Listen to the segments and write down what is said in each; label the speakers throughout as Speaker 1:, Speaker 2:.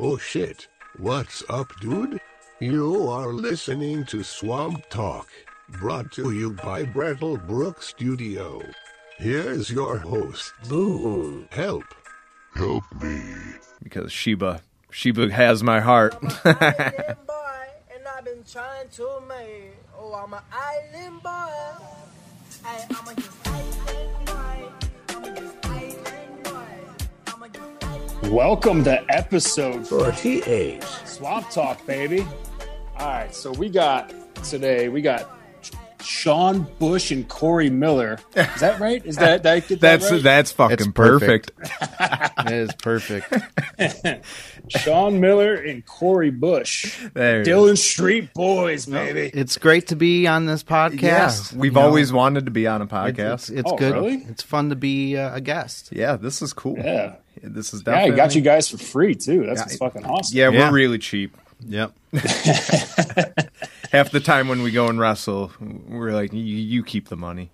Speaker 1: Oh shit. What's up, dude? You are listening to Swamp Talk, brought to you by Brattlebrook Studio. Here's your host,
Speaker 2: Boom.
Speaker 1: Help. Help me.
Speaker 3: because Sheba Sheba has my heart.
Speaker 4: I'm an island boy, and I've been trying to make. Oh, I'm an island boy. I, I'm a just island boy. I'm a just island boy. I'm a just island
Speaker 5: Welcome to episode
Speaker 2: 48.
Speaker 5: Swamp Talk, baby. All right, so we got today, we got Sean Bush and Corey Miller. Is that right? Is that, did I get that
Speaker 3: that's
Speaker 5: right?
Speaker 3: that's fucking
Speaker 6: It's
Speaker 3: perfect.
Speaker 6: perfect. That is perfect.
Speaker 5: Sean Miller and Corey Bush.
Speaker 3: There it
Speaker 5: Dylan Street Boys, baby.
Speaker 6: It's great to be on this podcast.
Speaker 3: is. We've
Speaker 6: You know,
Speaker 3: always wanted to be on a
Speaker 6: it's, it's,
Speaker 3: podcast.
Speaker 6: it's
Speaker 5: Oh,
Speaker 6: good.
Speaker 5: really?
Speaker 6: It's fun to be uh, a guest.
Speaker 3: yeah, this is cool.
Speaker 5: Yeah.
Speaker 3: This is
Speaker 5: Yeah, I
Speaker 3: definitely
Speaker 5: got you guys for free too. That's
Speaker 3: Yeah,
Speaker 5: what's fucking awesome.
Speaker 3: Yeah,
Speaker 6: Yeah.
Speaker 3: we're really cheap.
Speaker 6: Yep.
Speaker 3: Half the time when we go and wrestle, we're like, "You, you keep the money."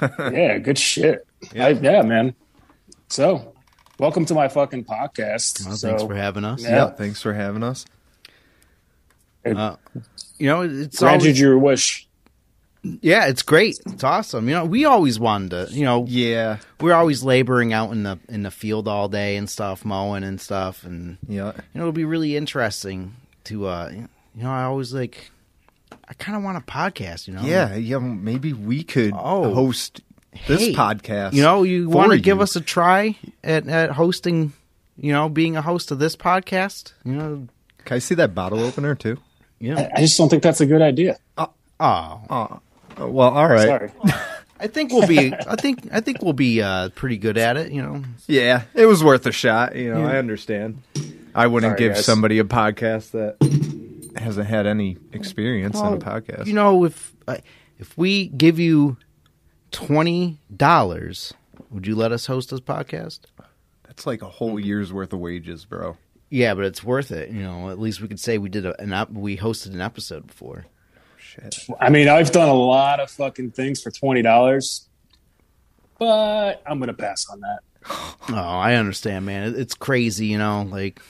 Speaker 5: Yeah, good shit. Yeah, I, yeah man. So, welcome to my fucking podcast.
Speaker 6: Well,
Speaker 5: so,
Speaker 6: thanks for having us.
Speaker 5: Yeah.
Speaker 3: Thanks for having us.
Speaker 6: Uh, you know, it's
Speaker 5: granted
Speaker 6: always,
Speaker 5: your wish.
Speaker 6: yeah, it's great. It's awesome. You know, we always wanted to. You know,
Speaker 3: Yeah,
Speaker 6: we're always laboring out in the in the field all day and stuff, mowing and stuff, and
Speaker 3: yeah.
Speaker 6: you know, it'll be really interesting to. uh You know, I always like. I kind of want a podcast. You know.
Speaker 3: Yeah, yeah. Maybe we could
Speaker 6: Oh.
Speaker 3: host this
Speaker 6: Hey,
Speaker 3: podcast.
Speaker 6: You know, you
Speaker 3: for
Speaker 6: want to give
Speaker 3: you.
Speaker 6: us a try at, at hosting, you know, being a host of this podcast? You know,
Speaker 3: Can I see that bottle opener too?
Speaker 6: yeah.
Speaker 5: I just don't think that's a good idea.
Speaker 6: Oh,
Speaker 3: Oh, well, all right.
Speaker 5: Sorry.
Speaker 6: I think we'll be. I think I think we'll be uh, pretty good at it. You know,
Speaker 3: Yeah, it was worth a shot. You know, I understand. I wouldn't
Speaker 5: Sorry,
Speaker 3: give
Speaker 5: guys.
Speaker 3: somebody a podcast that hasn't had any experience on a podcast.
Speaker 6: you know, if uh, if we give you twenty dollars, would you let us host this podcast?
Speaker 3: That's like a whole year's worth of wages, bro.
Speaker 6: Yeah, but it's worth it. You know, at least we could say we did a, an ep- we hosted an episode before.
Speaker 3: Shit.
Speaker 5: I mean, I've done a lot of fucking things for twenty dollars, but I'm gonna pass on that.
Speaker 6: Oh, I understand, man. It, it's crazy, you know. Like,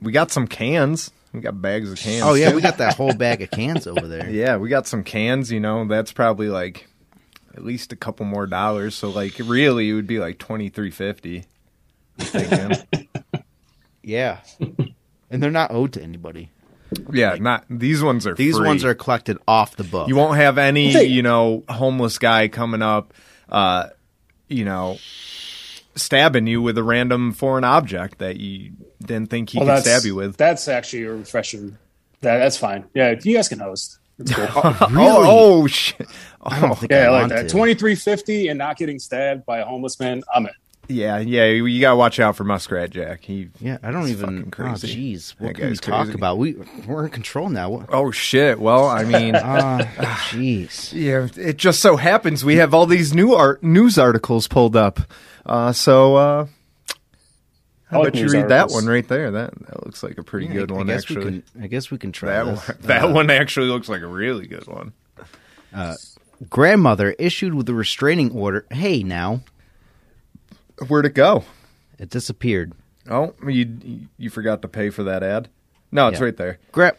Speaker 3: We got some cans. We got bags of cans.
Speaker 6: oh yeah, we got that whole bag of cans over there.
Speaker 3: Yeah, we got some cans, you know. That's probably like at least a couple more dollars. So like really it would be like twenty three fifty.
Speaker 6: Yeah. and they're not owed to anybody.
Speaker 3: Yeah, not these ones are
Speaker 6: These
Speaker 3: free.
Speaker 6: ones are collected off the book.
Speaker 3: You won't have any,
Speaker 5: Hey.
Speaker 3: you know, homeless guy coming up, uh, you know, stabbing you with a random foreign object that you didn't think he could stab you with.
Speaker 5: That's actually a refreshing. That, that's fine. Yeah, you guys can host. That's cool.
Speaker 3: Oh, oh shit!
Speaker 6: I don't think
Speaker 5: yeah, I
Speaker 6: I
Speaker 5: like
Speaker 6: want
Speaker 5: that.
Speaker 6: to.
Speaker 5: Twenty three fifty and not getting stabbed by a homeless man. I'm in.
Speaker 3: Yeah, yeah. You, you gotta watch out for Muskrat Jack. He.
Speaker 6: yeah, I don't
Speaker 3: It's
Speaker 6: even.
Speaker 3: fucking crazy.
Speaker 6: Oh, jeez, what
Speaker 3: That
Speaker 6: can we
Speaker 3: guy's
Speaker 6: talk
Speaker 3: crazy.
Speaker 6: about? We we're in control now. What-
Speaker 3: Oh shit! Well, I mean,
Speaker 6: Ah, jeez.
Speaker 3: yeah. It just so happens we have all these new art news articles pulled up. Uh, so uh, I,
Speaker 5: like
Speaker 3: bet you
Speaker 5: news
Speaker 3: read that
Speaker 5: articles.
Speaker 3: one right there. That that looks like a pretty
Speaker 6: Yeah,
Speaker 3: good
Speaker 6: I,
Speaker 3: one,
Speaker 6: I guess
Speaker 3: actually.
Speaker 6: we can. I guess we can try
Speaker 3: That
Speaker 6: this.
Speaker 3: one, that one actually looks like a really good one.
Speaker 6: Grandmother issued with a restraining order. Hey, now
Speaker 3: Where'd it go?
Speaker 6: it disappeared.
Speaker 3: Oh, you you forgot to pay for that ad? No, it's
Speaker 6: Yeah.
Speaker 3: right there.
Speaker 6: Gra-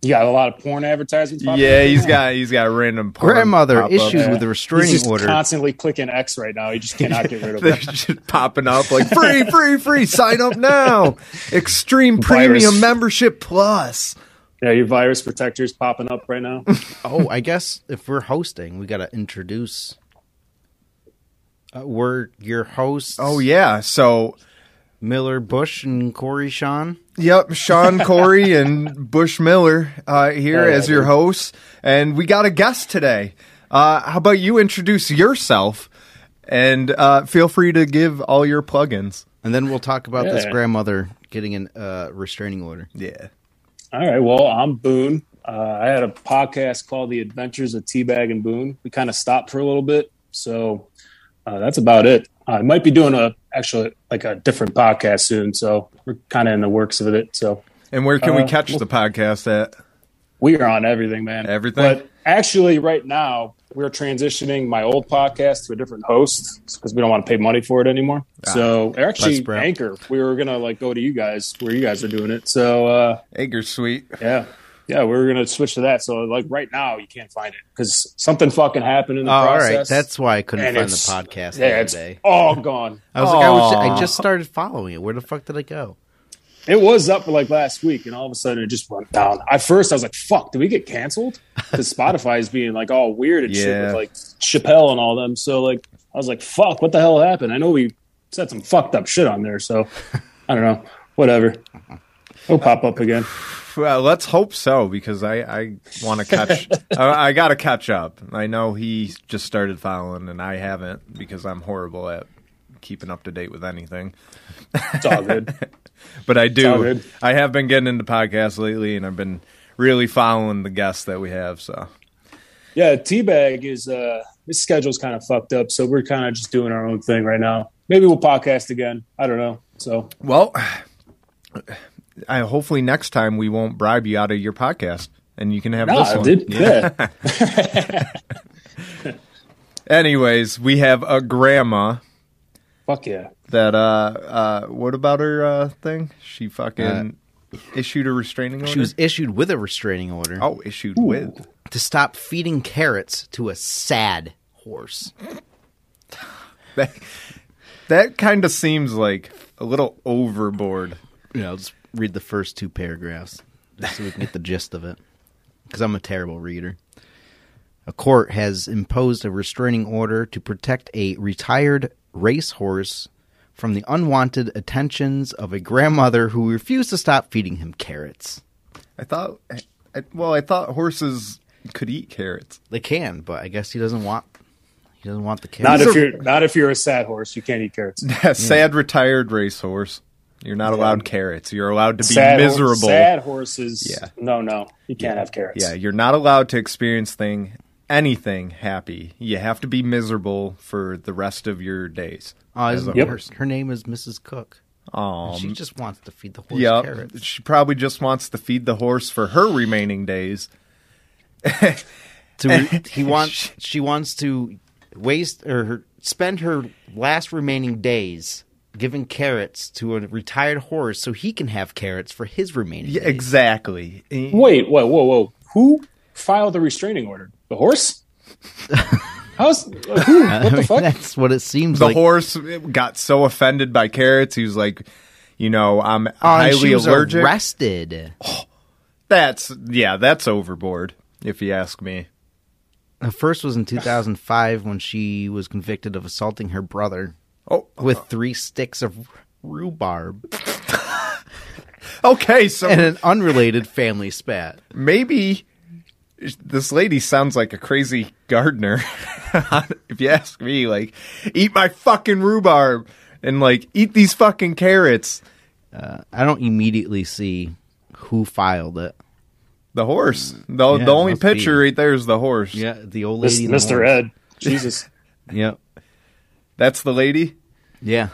Speaker 5: You got a lot of porn advertisements. popping
Speaker 3: Yeah,
Speaker 5: up.
Speaker 3: he's got he's got random porn
Speaker 6: Grandmother
Speaker 3: pop-ups.
Speaker 6: issued
Speaker 5: Yeah.
Speaker 6: with a restraining
Speaker 5: He's just
Speaker 6: order.
Speaker 5: Constantly clicking X right now. He just cannot get rid of
Speaker 3: They're
Speaker 5: it.
Speaker 3: just popping up like free, free, free. Sign up now. Extreme Premium
Speaker 5: Virus.
Speaker 3: Membership Plus.
Speaker 5: Yeah, your virus protector's popping up right now.
Speaker 6: oh, I guess if we're hosting, we got to introduce. Uh, we're your hosts.
Speaker 3: Oh yeah. So
Speaker 6: Miller Bush and Corey Sean.
Speaker 3: Yep, Sean Corey and Bush Miller uh, here
Speaker 5: Oh, yeah,
Speaker 3: as your
Speaker 5: dude.
Speaker 3: hosts, and we got a guest today. Uh, how about you introduce yourself, and uh, feel free to give all your plugins.
Speaker 6: And then we'll talk about this
Speaker 5: Yeah.
Speaker 6: grandmother getting an uh, restraining order.
Speaker 3: Yeah,
Speaker 5: All right. Well, I'm Boone. Uh, I had a podcast called The Adventures of Teabag and Boone. We kind of stopped for a little bit, so uh, that's about it. I might be doing a actually like a different podcast soon, so we're kind of in the works of it. So
Speaker 3: and where can we
Speaker 5: Uh,
Speaker 3: catch the podcast at?
Speaker 5: We are on everything, man.
Speaker 3: Everything.
Speaker 5: But actually, right now we're transitioning my old podcast to a different host because we don't want to pay money for it anymore. so
Speaker 6: less
Speaker 5: actually,
Speaker 6: prep.
Speaker 5: Anchor. We were gonna like go to you guys where you guys are doing it. So uh,
Speaker 3: Egger sweet.
Speaker 5: yeah, yeah, we were gonna switch to that. So like right now, you can't find it because something fucking happened in the
Speaker 6: Oh, all
Speaker 5: process.
Speaker 6: right. That's why I couldn't
Speaker 5: and
Speaker 6: find the
Speaker 5: it's-
Speaker 6: podcast
Speaker 5: yeah,
Speaker 6: the other
Speaker 5: it's
Speaker 6: day.
Speaker 5: all gone.
Speaker 6: I was like, I, was,
Speaker 3: Aw.
Speaker 6: I just started following it. Where the fuck did I go?
Speaker 5: It was up like last week, and all of a sudden it just went down. At first, I was like, "Fuck, did we get canceled?" Because Spotify is being like all weird and shit
Speaker 3: Yeah.
Speaker 5: with like Chappelle and all them. So like, I was like, "Fuck, what the hell happened?" I know we said some fucked up shit on there, so I don't know. Whatever, it'll pop up again.
Speaker 3: Well, let's hope so because I, I want to catch. I, I got to catch up. I know he just started following and I haven't because I'm horrible at keeping up to date with anything.
Speaker 5: It's all good.
Speaker 3: But I
Speaker 5: all
Speaker 3: do.
Speaker 5: good.
Speaker 3: I have been getting into podcasts lately and I've been really following the guests that we have. So
Speaker 5: yeah, Teabag is uh, his schedule's kind of fucked up, so we're kind of just doing our own thing right now. Maybe we'll podcast again. I don't know. So
Speaker 3: well, I hopefully next time we won't bribe you out of your podcast and you can have this
Speaker 5: nah,
Speaker 3: one.
Speaker 5: dude, yeah.
Speaker 3: Anyways, we have a grandma
Speaker 5: fuck yeah.
Speaker 3: that uh uh what about her uh thing she fucking issued a restraining order
Speaker 6: She was issued with a restraining order
Speaker 3: oh issued with
Speaker 6: to stop feeding carrots to a sad horse.
Speaker 3: that, that kind of seems like a little overboard
Speaker 6: Yeah, I'll just read the first two paragraphs just so we can get the gist of it. Because I'm a terrible reader. A court has imposed a restraining order to protect a retired racehorse from the unwanted attentions of a grandmother who refused to stop feeding him carrots.
Speaker 3: i thought I, I- well i thought horses could eat carrots
Speaker 6: They can, but I guess he doesn't want he doesn't want the
Speaker 5: Not
Speaker 6: carrots.
Speaker 5: if you're not if you're a sad horse, you can't eat carrots.
Speaker 3: sad retired racehorse you're not allowed carrots you're allowed to be
Speaker 5: Sad, hor-
Speaker 3: miserable
Speaker 5: sad horses.
Speaker 3: Yeah.
Speaker 5: No, no, you can't have carrots.
Speaker 3: yeah you're not allowed to experience thing anything happy you have to be miserable for the rest of your days
Speaker 6: Oh, isn't-
Speaker 5: Yep.
Speaker 6: her, her name is Mrs. Cook.
Speaker 3: um
Speaker 6: She just wants to feed the horse
Speaker 3: Yep.
Speaker 6: carrots.
Speaker 3: She probably just wants to feed the horse for her remaining days.
Speaker 6: to re- he wants she wants to waste or her, spend her last remaining days giving carrots to a retired horse so he can have carrots for his remaining
Speaker 3: Yeah,
Speaker 6: days.
Speaker 3: exactly.
Speaker 5: Wait, whoa, whoa, whoa. Who filed the restraining order? The horse? How's who? What the fuck?
Speaker 6: that's what it seems
Speaker 3: The
Speaker 6: like
Speaker 3: horse got so offended by carrots, he was like, you know, I'm
Speaker 6: Oh, and
Speaker 3: highly
Speaker 6: she was
Speaker 3: allergic.
Speaker 6: arrested
Speaker 3: that's yeah, that's overboard, if you ask me.
Speaker 6: the first was in 2005 when she was convicted of assaulting her brother
Speaker 3: Oh,
Speaker 6: with three sticks of rhubarb
Speaker 3: okay. So
Speaker 6: and an unrelated family spat
Speaker 3: maybe this lady sounds like a crazy gardener. if you ask me, like, eat my fucking rhubarb and like eat these fucking carrots.
Speaker 6: i don't immediately see who filed it
Speaker 3: The horse. The,
Speaker 6: Yeah,
Speaker 3: the only
Speaker 6: must be.
Speaker 3: picture right there is the horse.
Speaker 6: yeah the old
Speaker 5: This-
Speaker 6: lady and the
Speaker 5: Mr.
Speaker 6: horse.
Speaker 5: Ed. Jesus.
Speaker 6: yep
Speaker 3: That's the lady?
Speaker 6: Yeah.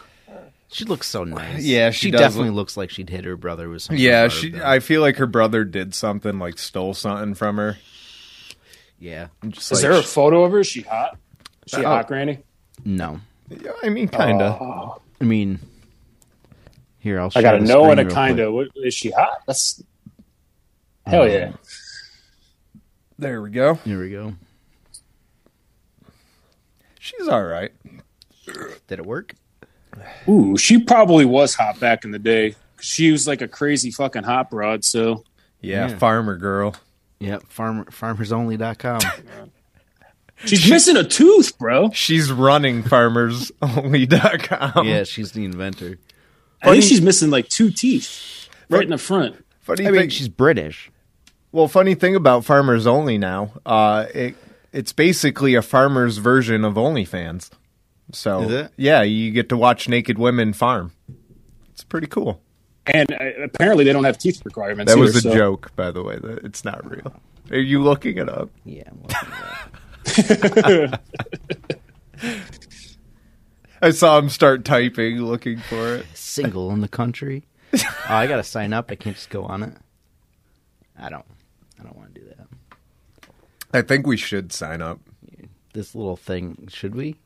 Speaker 6: She looks so nice.
Speaker 3: Yeah, she does
Speaker 6: definitely looks like she'd hit her brother with something.
Speaker 3: Yeah, she I feel like her brother did something like stole something from her.
Speaker 6: yeah.
Speaker 3: Just
Speaker 5: Is
Speaker 3: like,
Speaker 5: there a photo of her? Is she hot? Is she
Speaker 3: Oh.
Speaker 5: hot, Granny? Oh.
Speaker 6: No.
Speaker 3: Yeah, I mean kind of.
Speaker 6: I mean, here I'll.
Speaker 5: I got
Speaker 6: share
Speaker 5: a
Speaker 6: the
Speaker 5: no
Speaker 6: screen
Speaker 5: and a
Speaker 6: real
Speaker 5: kinda.
Speaker 6: quick.
Speaker 5: What, is she hot? That's hell yeah.
Speaker 3: Um, there we go.
Speaker 6: Um, Here we go.
Speaker 3: She's all right.
Speaker 6: Did it work?
Speaker 5: Ooh, she probably was hot back in the day. She was like a crazy fucking hot broad. So
Speaker 3: Yeah,
Speaker 6: Yeah.
Speaker 3: farmer girl.
Speaker 6: Yep. Farmer farmersonly.com.
Speaker 5: she's missing a tooth, bro.
Speaker 3: She's running farmersonly.com.
Speaker 6: yeah, she's the inventor.
Speaker 5: I think she's missing like two teeth right in the front.
Speaker 3: Funny
Speaker 6: I
Speaker 3: thing.
Speaker 6: mean, she's British.
Speaker 3: well, funny thing about farmers only now, uh it it's basically a farmer's version of OnlyFans. So,
Speaker 6: Is it?
Speaker 3: yeah, you get to watch naked women farm. It's pretty cool.
Speaker 5: And uh, apparently they don't have teeth requirements.
Speaker 3: That was
Speaker 5: either,
Speaker 3: a
Speaker 5: so-
Speaker 3: joke, by the way. That it's not real. Are you looking it up?
Speaker 6: Yeah. I'm looking it up.
Speaker 3: I saw him start typing, looking for it.
Speaker 6: Single in the country. oh, I gotta sign up. I can't just go on it. I don't. I don't want to do that.
Speaker 3: I think we should sign up.
Speaker 6: This little thing, should we?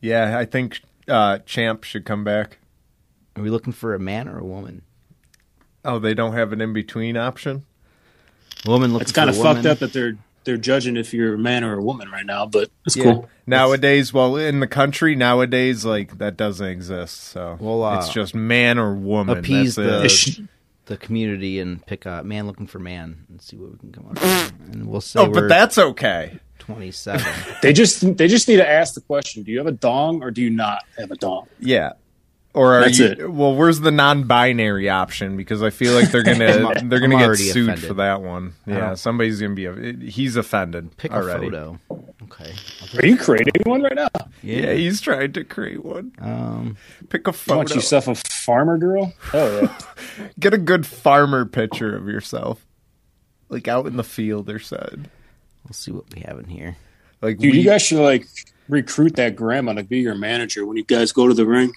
Speaker 3: Yeah, I think uh, Champ should come back.
Speaker 6: Are we looking for a man or a woman?
Speaker 3: Oh, they don't have an in between option.
Speaker 6: Woman looking
Speaker 5: It's kind of
Speaker 6: for a woman.
Speaker 5: fucked up that they're they're judging if you're a man or a woman right now, but it's
Speaker 3: Yeah.
Speaker 5: cool.
Speaker 3: Nowadays, well, in the country nowadays, like that doesn't exist. So
Speaker 6: Well, uh,
Speaker 3: it's just man or woman.
Speaker 6: appease
Speaker 3: That's it.
Speaker 6: the-
Speaker 5: Is she-
Speaker 6: the community and pick a man looking for man and see what we can come up with. And we'll say
Speaker 3: Oh,
Speaker 6: we're
Speaker 3: but that's okay.
Speaker 6: 27.
Speaker 5: they just they just need to ask the question: Do you have a dong or do you not have a dong?
Speaker 3: Yeah. Or are
Speaker 5: That's
Speaker 3: you,
Speaker 5: it.
Speaker 3: well, where's the non-binary option? Because I feel like they're gonna they're gonna
Speaker 6: I'm
Speaker 3: get
Speaker 6: already
Speaker 3: sued
Speaker 6: offended.
Speaker 3: for that one. Yeah, somebody's gonna be he's offended
Speaker 6: Pick
Speaker 3: already.
Speaker 6: a photo. Okay.
Speaker 5: Are you creating one right now?
Speaker 3: Yeah, he's trying to create one.
Speaker 6: Um,
Speaker 3: Pick a
Speaker 5: You
Speaker 3: photo.
Speaker 5: want yourself a farmer girl? Oh yeah.
Speaker 3: Get a good farmer picture of yourself, like out in the field or something.
Speaker 6: we'll see what we have in here.
Speaker 3: Like
Speaker 5: Dude,
Speaker 3: we,
Speaker 5: you guys should like recruit that grandma to be your manager when you guys go to the ring.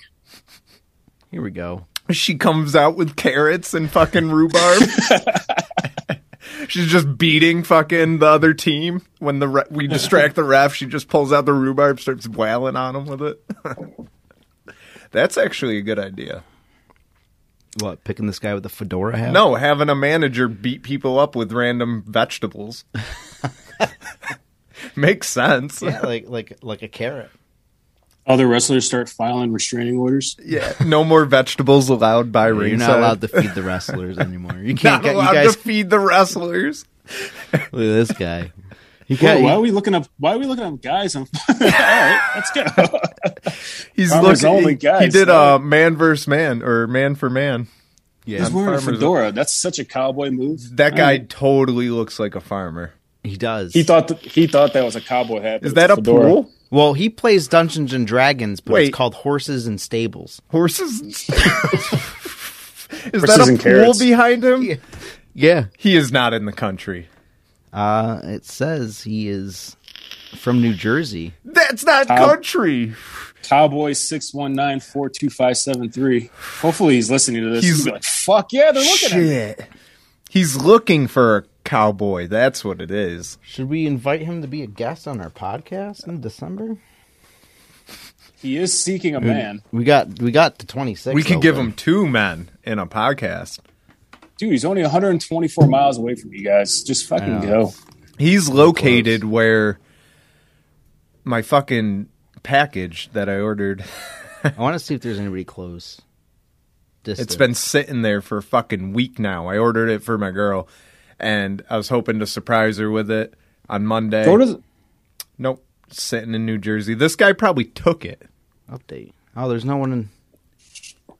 Speaker 6: Here we go.
Speaker 3: she comes out with carrots and fucking rhubarb. She's just beating fucking the other team when the re- we distract the ref. She just pulls out the rhubarb, starts wailing on him with it. That's actually a good idea.
Speaker 6: What? Picking this guy with the fedora hat?
Speaker 3: No, having a manager beat people up with random vegetables makes sense.
Speaker 6: Yeah, like like like a carrot.
Speaker 5: Other wrestlers start filing restraining orders.
Speaker 3: Yeah, no more vegetables allowed by ringside.
Speaker 6: You're not allowed to feed the wrestlers anymore. You
Speaker 3: Not
Speaker 6: can't get you
Speaker 3: allowed
Speaker 6: guys.
Speaker 3: to feed the wrestlers.
Speaker 6: Look at this guy. He
Speaker 5: Whoa,
Speaker 6: got,
Speaker 5: why are
Speaker 6: he,
Speaker 5: we looking up? Why are we looking up guys? On, all right, let's go.
Speaker 3: He's
Speaker 5: Farmers
Speaker 3: looking.
Speaker 5: only,
Speaker 3: he- he
Speaker 5: guys,
Speaker 3: did
Speaker 5: right?
Speaker 3: uh, man versus man or man for man.
Speaker 5: He's
Speaker 3: I'm
Speaker 5: wearing a
Speaker 3: farmers-
Speaker 5: fedora. That's such a cowboy move.
Speaker 3: That guy
Speaker 5: I mean,
Speaker 3: totally looks like a farmer.
Speaker 6: he does.
Speaker 5: he thought th- he thought that was a cowboy hat. but
Speaker 3: Is
Speaker 5: it's
Speaker 3: that a
Speaker 5: fedora.
Speaker 3: pool?
Speaker 6: well, he plays Dungeons and Dragons, but
Speaker 3: Wait.
Speaker 6: it's called Horses and Stables.
Speaker 3: Horses. and- Is that a
Speaker 5: Horses
Speaker 3: pool
Speaker 5: and carrots.
Speaker 3: behind him?
Speaker 6: Yeah.
Speaker 3: He is not in the country.
Speaker 6: Uh, it says he is from New Jersey.
Speaker 3: That's not
Speaker 5: How-
Speaker 3: country.
Speaker 5: Cowboy six one nine four two five seven three. Hopefully he's listening to this.
Speaker 3: He's-
Speaker 5: He's, gonna be like, "Fuck yeah, they're looking at me."
Speaker 3: Shit. He's looking for a cowboy. That's what it is.
Speaker 6: Should we invite him to be a guest on our podcast in December?
Speaker 5: He is seeking a man,
Speaker 6: We got we got to twenty six.
Speaker 3: We could give him two men in a podcast.
Speaker 5: dude. He's only 124 miles away from you guys. Just fucking
Speaker 6: Yeah.
Speaker 5: go.
Speaker 3: He's located where my fucking package that I ordered.
Speaker 6: I want to see if there's anybody close. Distant.
Speaker 3: It's been sitting there for a fucking week now. I ordered it for my girl, and I was hoping to surprise her with it on Monday.
Speaker 5: Go to the,
Speaker 3: nope, sitting in New Jersey. This guy probably took it.
Speaker 6: update. Oh, there's no one in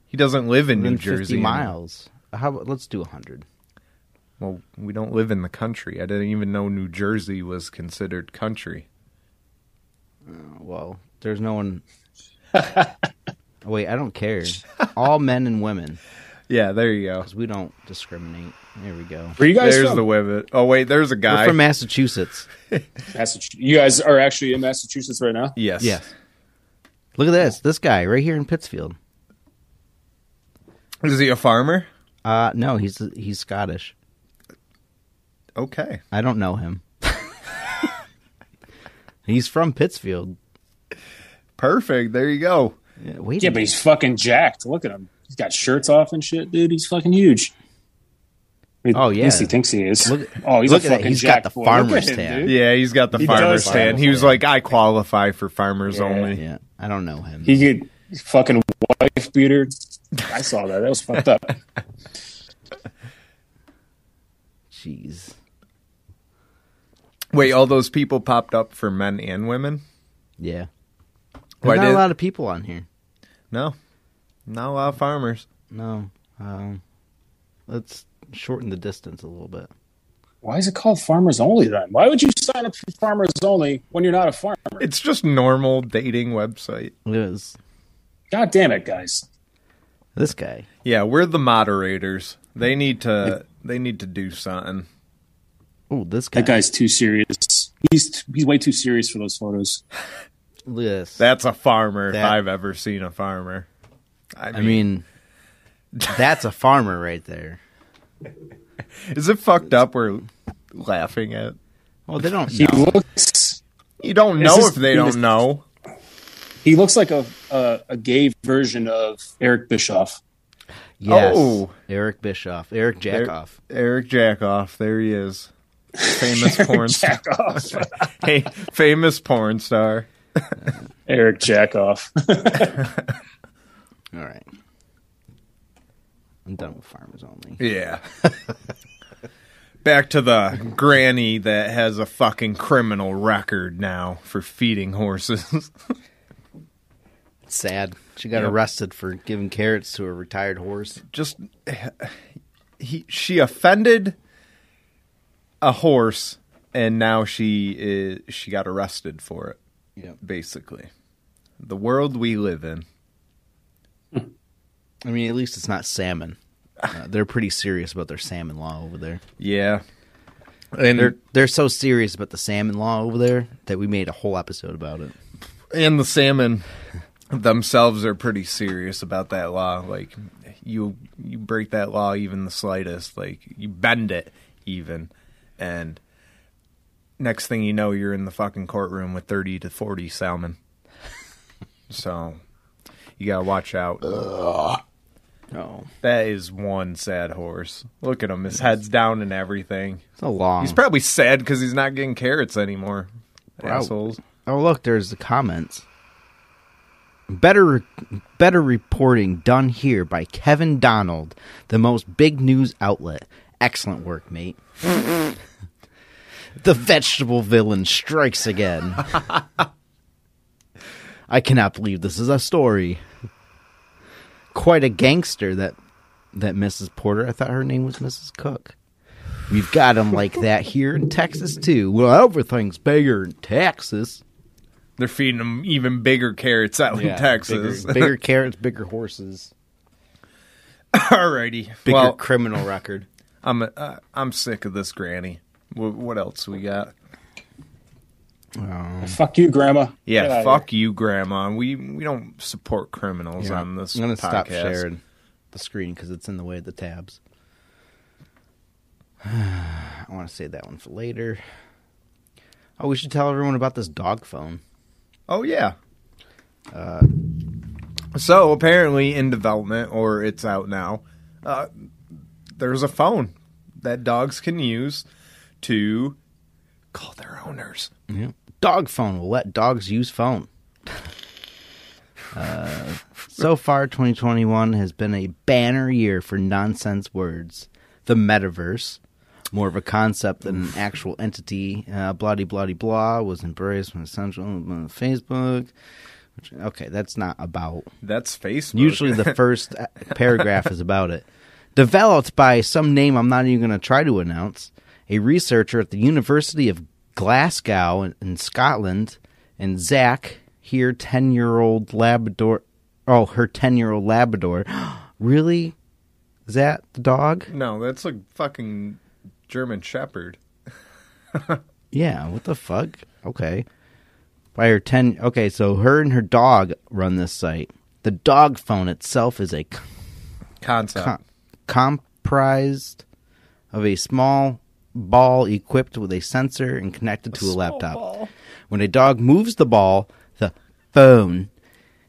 Speaker 3: He doesn't live in New
Speaker 6: within
Speaker 3: Jersey.
Speaker 6: fifty miles. How about let's do hundred.
Speaker 3: Well, we don't live in the country. I didn't even know New Jersey was considered country.
Speaker 6: Well, there's no one. Oh, Wait, I don't care. All men and women,
Speaker 3: Yeah, there you go.
Speaker 6: 'cause we don't discriminate. There we go.
Speaker 5: where you guys
Speaker 3: There's
Speaker 5: from?
Speaker 3: the whippet. Oh wait, there's a
Speaker 6: We're
Speaker 3: guy.
Speaker 6: from Massachusetts.
Speaker 5: Massachusetts. You guys are actually in Massachusetts right now.
Speaker 3: yes.
Speaker 6: Yes. Look at this. This guy right here in Pittsfield.
Speaker 3: Is he a farmer?
Speaker 6: Uh, no, he's he's Scottish.
Speaker 3: Okay.
Speaker 6: I don't know him. he's from Pittsfield.
Speaker 3: Perfect. There you go.
Speaker 6: Yeah, Wait,
Speaker 5: Yeah,
Speaker 6: a
Speaker 5: but
Speaker 6: minute.
Speaker 5: he's fucking jacked. Look at him. He's got shirts off and shit, dude. He's fucking huge. I mean,
Speaker 6: Oh,
Speaker 5: at least
Speaker 6: yeah.
Speaker 5: he thinks he is.
Speaker 6: Look-
Speaker 5: oh, he's
Speaker 6: look
Speaker 5: a
Speaker 6: at that.
Speaker 5: fucking
Speaker 6: He's got
Speaker 5: jacked
Speaker 6: the
Speaker 5: boy. Look
Speaker 6: farmer's
Speaker 5: at him,
Speaker 6: tan.
Speaker 5: dude.
Speaker 3: Yeah, he's got the
Speaker 5: He
Speaker 3: farmer's
Speaker 5: does.
Speaker 3: stand. He was like, I qualify for farmers only.
Speaker 6: yeah, I don't know him.
Speaker 5: He could fucking wife beater. I saw that. That was fucked up.
Speaker 6: Jeez,
Speaker 3: Wait, all those people popped up for men and women?
Speaker 6: yeah.
Speaker 3: Why
Speaker 6: There's not
Speaker 3: did-
Speaker 6: a lot of people on here.
Speaker 3: No. Not a lot of farmers.
Speaker 6: No. Um, let's shorten the distance a little bit.
Speaker 5: Why is it called farmers only then? Why would you sign up for farmers only when you're not a farmer?
Speaker 3: It's just normal dating website.
Speaker 6: Look at this,
Speaker 5: God damn it, guys.
Speaker 6: this guy.
Speaker 3: Yeah, we're the moderators. They need to they need to do something.
Speaker 6: Oh, this guy.
Speaker 5: That guy's too serious. He's he's way too serious for those photos.
Speaker 6: Look at this.
Speaker 3: That's a farmer if
Speaker 6: That-
Speaker 3: I've ever seen a farmer. I mean,
Speaker 6: I mean, that's a farmer right there.
Speaker 3: is it fucked up where laughing at.
Speaker 6: Well, they don't
Speaker 5: He
Speaker 6: know.
Speaker 5: looks
Speaker 3: You don't
Speaker 5: This
Speaker 3: know
Speaker 5: is-
Speaker 3: if they don't know.
Speaker 5: he looks like a a, a gay version of Eric Bischoff.
Speaker 6: Yes.
Speaker 3: Oh.
Speaker 6: Eric Bischoff. Eric Jackoff.
Speaker 3: Eric Jackoff, there he is. Famous porn star.
Speaker 5: Jackoff.
Speaker 3: Hey, famous porn star.
Speaker 5: Eric Jackoff.
Speaker 6: All right. I'm done with farmers only.
Speaker 3: Yeah. Back to the granny that has a fucking criminal record now for feeding horses.
Speaker 6: It's sad. She got
Speaker 3: Yep.
Speaker 6: arrested for giving carrots to a retired horse.
Speaker 3: Just he she offended a horse and now she is, she got arrested for it.
Speaker 6: Yep.
Speaker 3: Basically. The world we live in.
Speaker 6: I mean, at least it's not salmon. Uh, they're pretty serious about their salmon law over there.
Speaker 3: Yeah. Mm.
Speaker 6: And they're they're so serious about the salmon law over there that we made a whole episode about it.
Speaker 3: and the salmon themselves are pretty serious about that law. Like you you break that law even the slightest, like you bend it even, and next thing you know, you're in the fucking courtroom with thirty to forty salmon. so you gotta watch out.
Speaker 6: Oh,
Speaker 3: That is one sad horse. Look at him; his head's down and everything.
Speaker 6: it's a long.
Speaker 3: He's probably sad because he's not getting carrots anymore.
Speaker 6: Wow.
Speaker 3: Assholes.
Speaker 6: oh, look, there's the comments. Better, better reporting done here by Kevin Donald, the most big news outlet. Excellent work, mate. the vegetable villain strikes again. I cannot believe this is a story. Quite a gangster that that Mrs. Porter. I thought her name was Mrs. Cook. We've got them like that here in Texas too. Well, everything's bigger in Texas.
Speaker 3: They're feeding him even bigger carrots out in Texas.
Speaker 6: bigger, bigger carrots, bigger horses,
Speaker 3: Alrighty.
Speaker 6: bigger
Speaker 3: well,
Speaker 6: criminal record.
Speaker 3: I'm uh, I'm sick of this granny. What, what else we got?
Speaker 5: Fuck you, Grandma. Get
Speaker 3: Yeah,
Speaker 5: outta
Speaker 3: fuck you, Grandma. We we don't support criminals on this
Speaker 6: I'm gonna
Speaker 3: podcast.
Speaker 6: stop sharing the screen because it's in the way of the tabs. I want to save that one for later. Oh, we should tell everyone about this dog phone.
Speaker 3: Oh yeah. Uh, so apparently in development, or it's out now. Uh, there's a phone that dogs can use to call their owners.
Speaker 6: Dog phone will let dogs use phone. uh, so far, 2021 has been a banner year for nonsense words. The metaverse, more of a concept than an actual entity, uh, blah de blah de blah, was embraced when essential on Facebook. Which, okay, that's not about
Speaker 3: That's Facebook.
Speaker 6: Usually, the first uh, paragraph is about it. Developed by some name I'm not even going to try to announce, a researcher at the University of Glasgow in, in Scotland, and Zach, here, 10 year old Labrador. Oh, her 10 year old Labrador. really? Is that the dog?
Speaker 3: no, that's a fucking German Shepherd.
Speaker 6: Yeah, what the fuck? Okay. By her 10. Okay, so her and her dog run this site. The dog phone itself is a
Speaker 3: Concept.
Speaker 6: com- comprised of a small ball equipped with a sensor and connected to a, laptop. When a dog moves the ball, the phone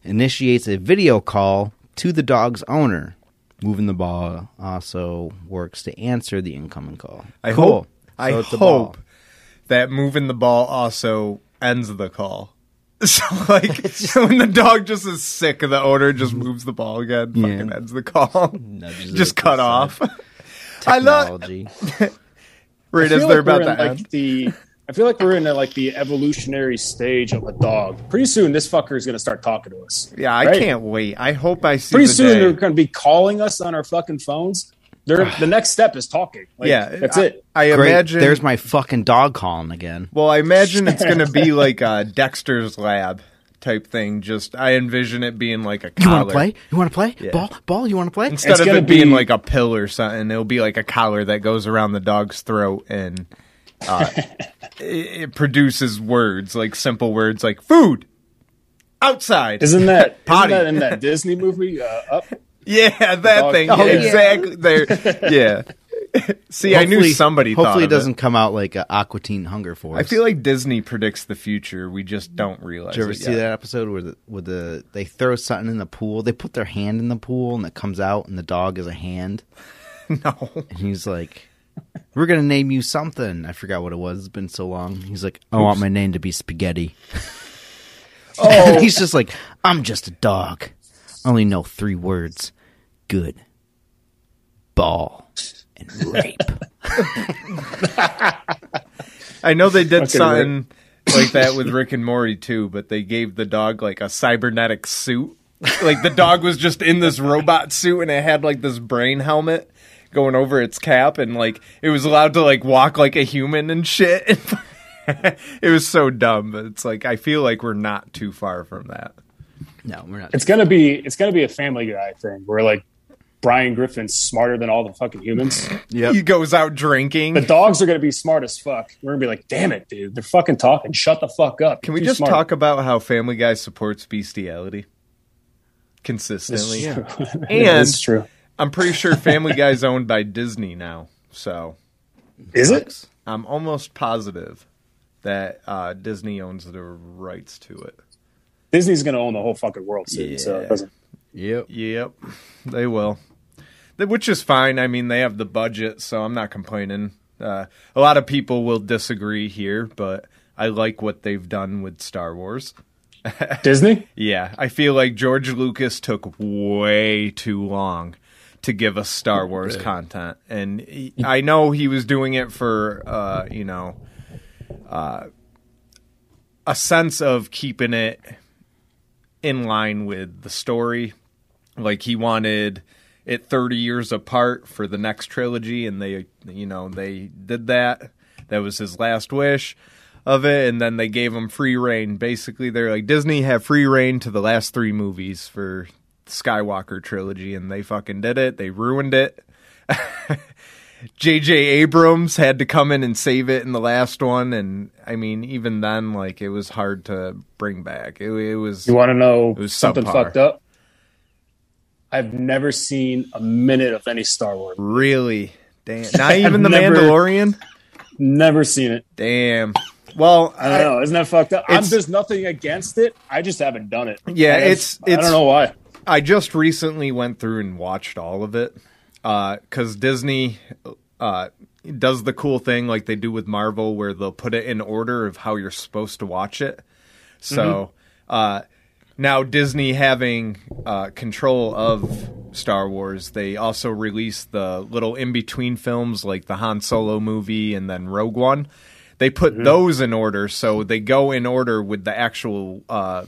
Speaker 6: initiates a video call to the dog's owner. Moving the ball also works to answer the incoming call.
Speaker 3: I
Speaker 6: Cool.
Speaker 3: hope. I
Speaker 6: So it's a ball.
Speaker 3: hope that moving the ball also ends the call. So like when the dog just is sick of the odor, just moves the ball again, fucking ends the call,
Speaker 6: Nudges it
Speaker 3: just
Speaker 6: up
Speaker 3: cut
Speaker 6: the
Speaker 3: off. I love
Speaker 6: Technology.
Speaker 3: right
Speaker 5: I
Speaker 3: as they're
Speaker 5: feel like we're
Speaker 3: about to
Speaker 5: in,
Speaker 3: end.
Speaker 5: like the I feel like we're in like the evolutionary stage of a dog. Pretty soon, this fucker is going to start talking to us.
Speaker 3: yeah, I
Speaker 5: Right?
Speaker 3: can't wait. I hope I see
Speaker 5: Pretty
Speaker 3: the
Speaker 5: soon,
Speaker 3: day.
Speaker 5: they're going to be calling us on our fucking phones. They're, the next step is talking. Like,
Speaker 3: yeah,
Speaker 5: that's
Speaker 3: I,
Speaker 5: it.
Speaker 3: I
Speaker 6: Great.
Speaker 3: imagine
Speaker 6: There's my fucking dog calling again.
Speaker 3: Well, I imagine it's going to be like a Dexter's Lab type thing. Just I envision it being like a
Speaker 6: You want
Speaker 3: collar.
Speaker 6: to play? You want to play? Ball, ball. You want to play?
Speaker 3: Instead
Speaker 5: It's
Speaker 3: of
Speaker 5: gonna
Speaker 3: it being
Speaker 5: be-
Speaker 3: like a pill or something, it'll be like a collar that goes around the dog's throat and uh, it, it produces words like simple words like food, outside.
Speaker 5: Isn't that isn't
Speaker 3: Potty.
Speaker 5: that in that Disney movie? Uh, up.
Speaker 3: yeah, that
Speaker 5: Dog-
Speaker 3: thing
Speaker 5: Oh, yeah.
Speaker 3: exactly there. Yeah, See, I knew somebody. thought
Speaker 6: Hopefully,
Speaker 3: of
Speaker 6: it doesn't come out like a Aqua Teen Hunger Force.
Speaker 3: I feel like Disney predicts the future. We just don't realize.
Speaker 6: Did you ever
Speaker 3: it
Speaker 6: see
Speaker 3: yet.
Speaker 6: that episode where the with the they throw something in the pool? They put their hand in the pool and it comes out, and the dog is a hand.
Speaker 3: No.
Speaker 6: And he's like, "We're gonna name you something." I forgot what it was. It's been so long. He's like, "I want my name to be Spaghetti." Oh, he's just like, "I'm just a dog. I only know three words: good, ball, and rape."
Speaker 3: I know they did
Speaker 5: Fucking
Speaker 3: something like that with Rick and Morty too, but they gave the dog like a cybernetic suit. Like the dog was just in this robot suit and it had like this brain helmet going over its cap and like it was allowed to like walk like a human and shit. it was so dumb, but it's like I feel like we're not too far from that.
Speaker 6: no, we're not.
Speaker 5: It's gonna be it's gonna be a Family Guy thing where like Brian Griffin's smarter than all the fucking humans.
Speaker 3: He goes out drinking.
Speaker 5: The dogs are gonna be smart as fuck. We're gonna be like, damn it, dude, they're fucking talking. Shut the fuck up.
Speaker 3: Can we just talk about how Family Guy supports bestiality consistently?
Speaker 5: and
Speaker 3: And-
Speaker 5: it's true.
Speaker 3: I'm pretty sure Family Guy's owned by Disney now, so
Speaker 5: Is it?
Speaker 3: I'm almost positive that uh, Disney owns the rights to it.
Speaker 5: Disney's gonna own the whole fucking world soon, so
Speaker 3: Yeah.
Speaker 5: it doesn't
Speaker 6: Yep.
Speaker 3: Yep, they will. Th- Which is fine. I mean, they have the budget, so I'm not complaining. Uh, a lot of people will disagree here, but I like what they've done with Star Wars.
Speaker 5: Disney?
Speaker 3: Yeah, I feel like George Lucas took way too long to give us Star Wars content, and he- I know he was doing it for uh, you know uh, a sense of keeping it in line with the story. Like he wanted it 30 years apart for the next trilogy, and they you know they did that. That was his last wish of it, and then they gave him free reign. Basically, they're like Disney have free reign to the last three movies for the Skywalker trilogy, and they fucking did it. They ruined it. J.J. Abrams had to come in and save it in the last one, and I mean, even then, like it was hard to bring back. It, it was
Speaker 5: You wanna know
Speaker 3: was
Speaker 5: something
Speaker 3: subpar.
Speaker 5: fucked up? I've never seen a minute of any Star Wars.
Speaker 3: really damn. Not even
Speaker 5: I've
Speaker 3: the
Speaker 5: never-
Speaker 3: Mandalorian.
Speaker 5: Never seen it.
Speaker 3: Damn. Well,
Speaker 5: I don't know. Isn't that fucked up? I'm,
Speaker 3: It's-
Speaker 5: there's nothing against it. I just haven't done it.
Speaker 3: Yeah,
Speaker 5: I have-
Speaker 3: it's-
Speaker 5: I
Speaker 3: it's-
Speaker 5: don't know why.
Speaker 3: I just recently went through and watched all of it because Disney uh, does the cool thing like they do with Marvel, where they'll put it in order of how you're supposed to watch it. So uh, now Disney having uh, control of Star Wars, they also released the little in between films like the Han Solo movie and then Rogue One. They put those in order, so they go in order with the actual uh,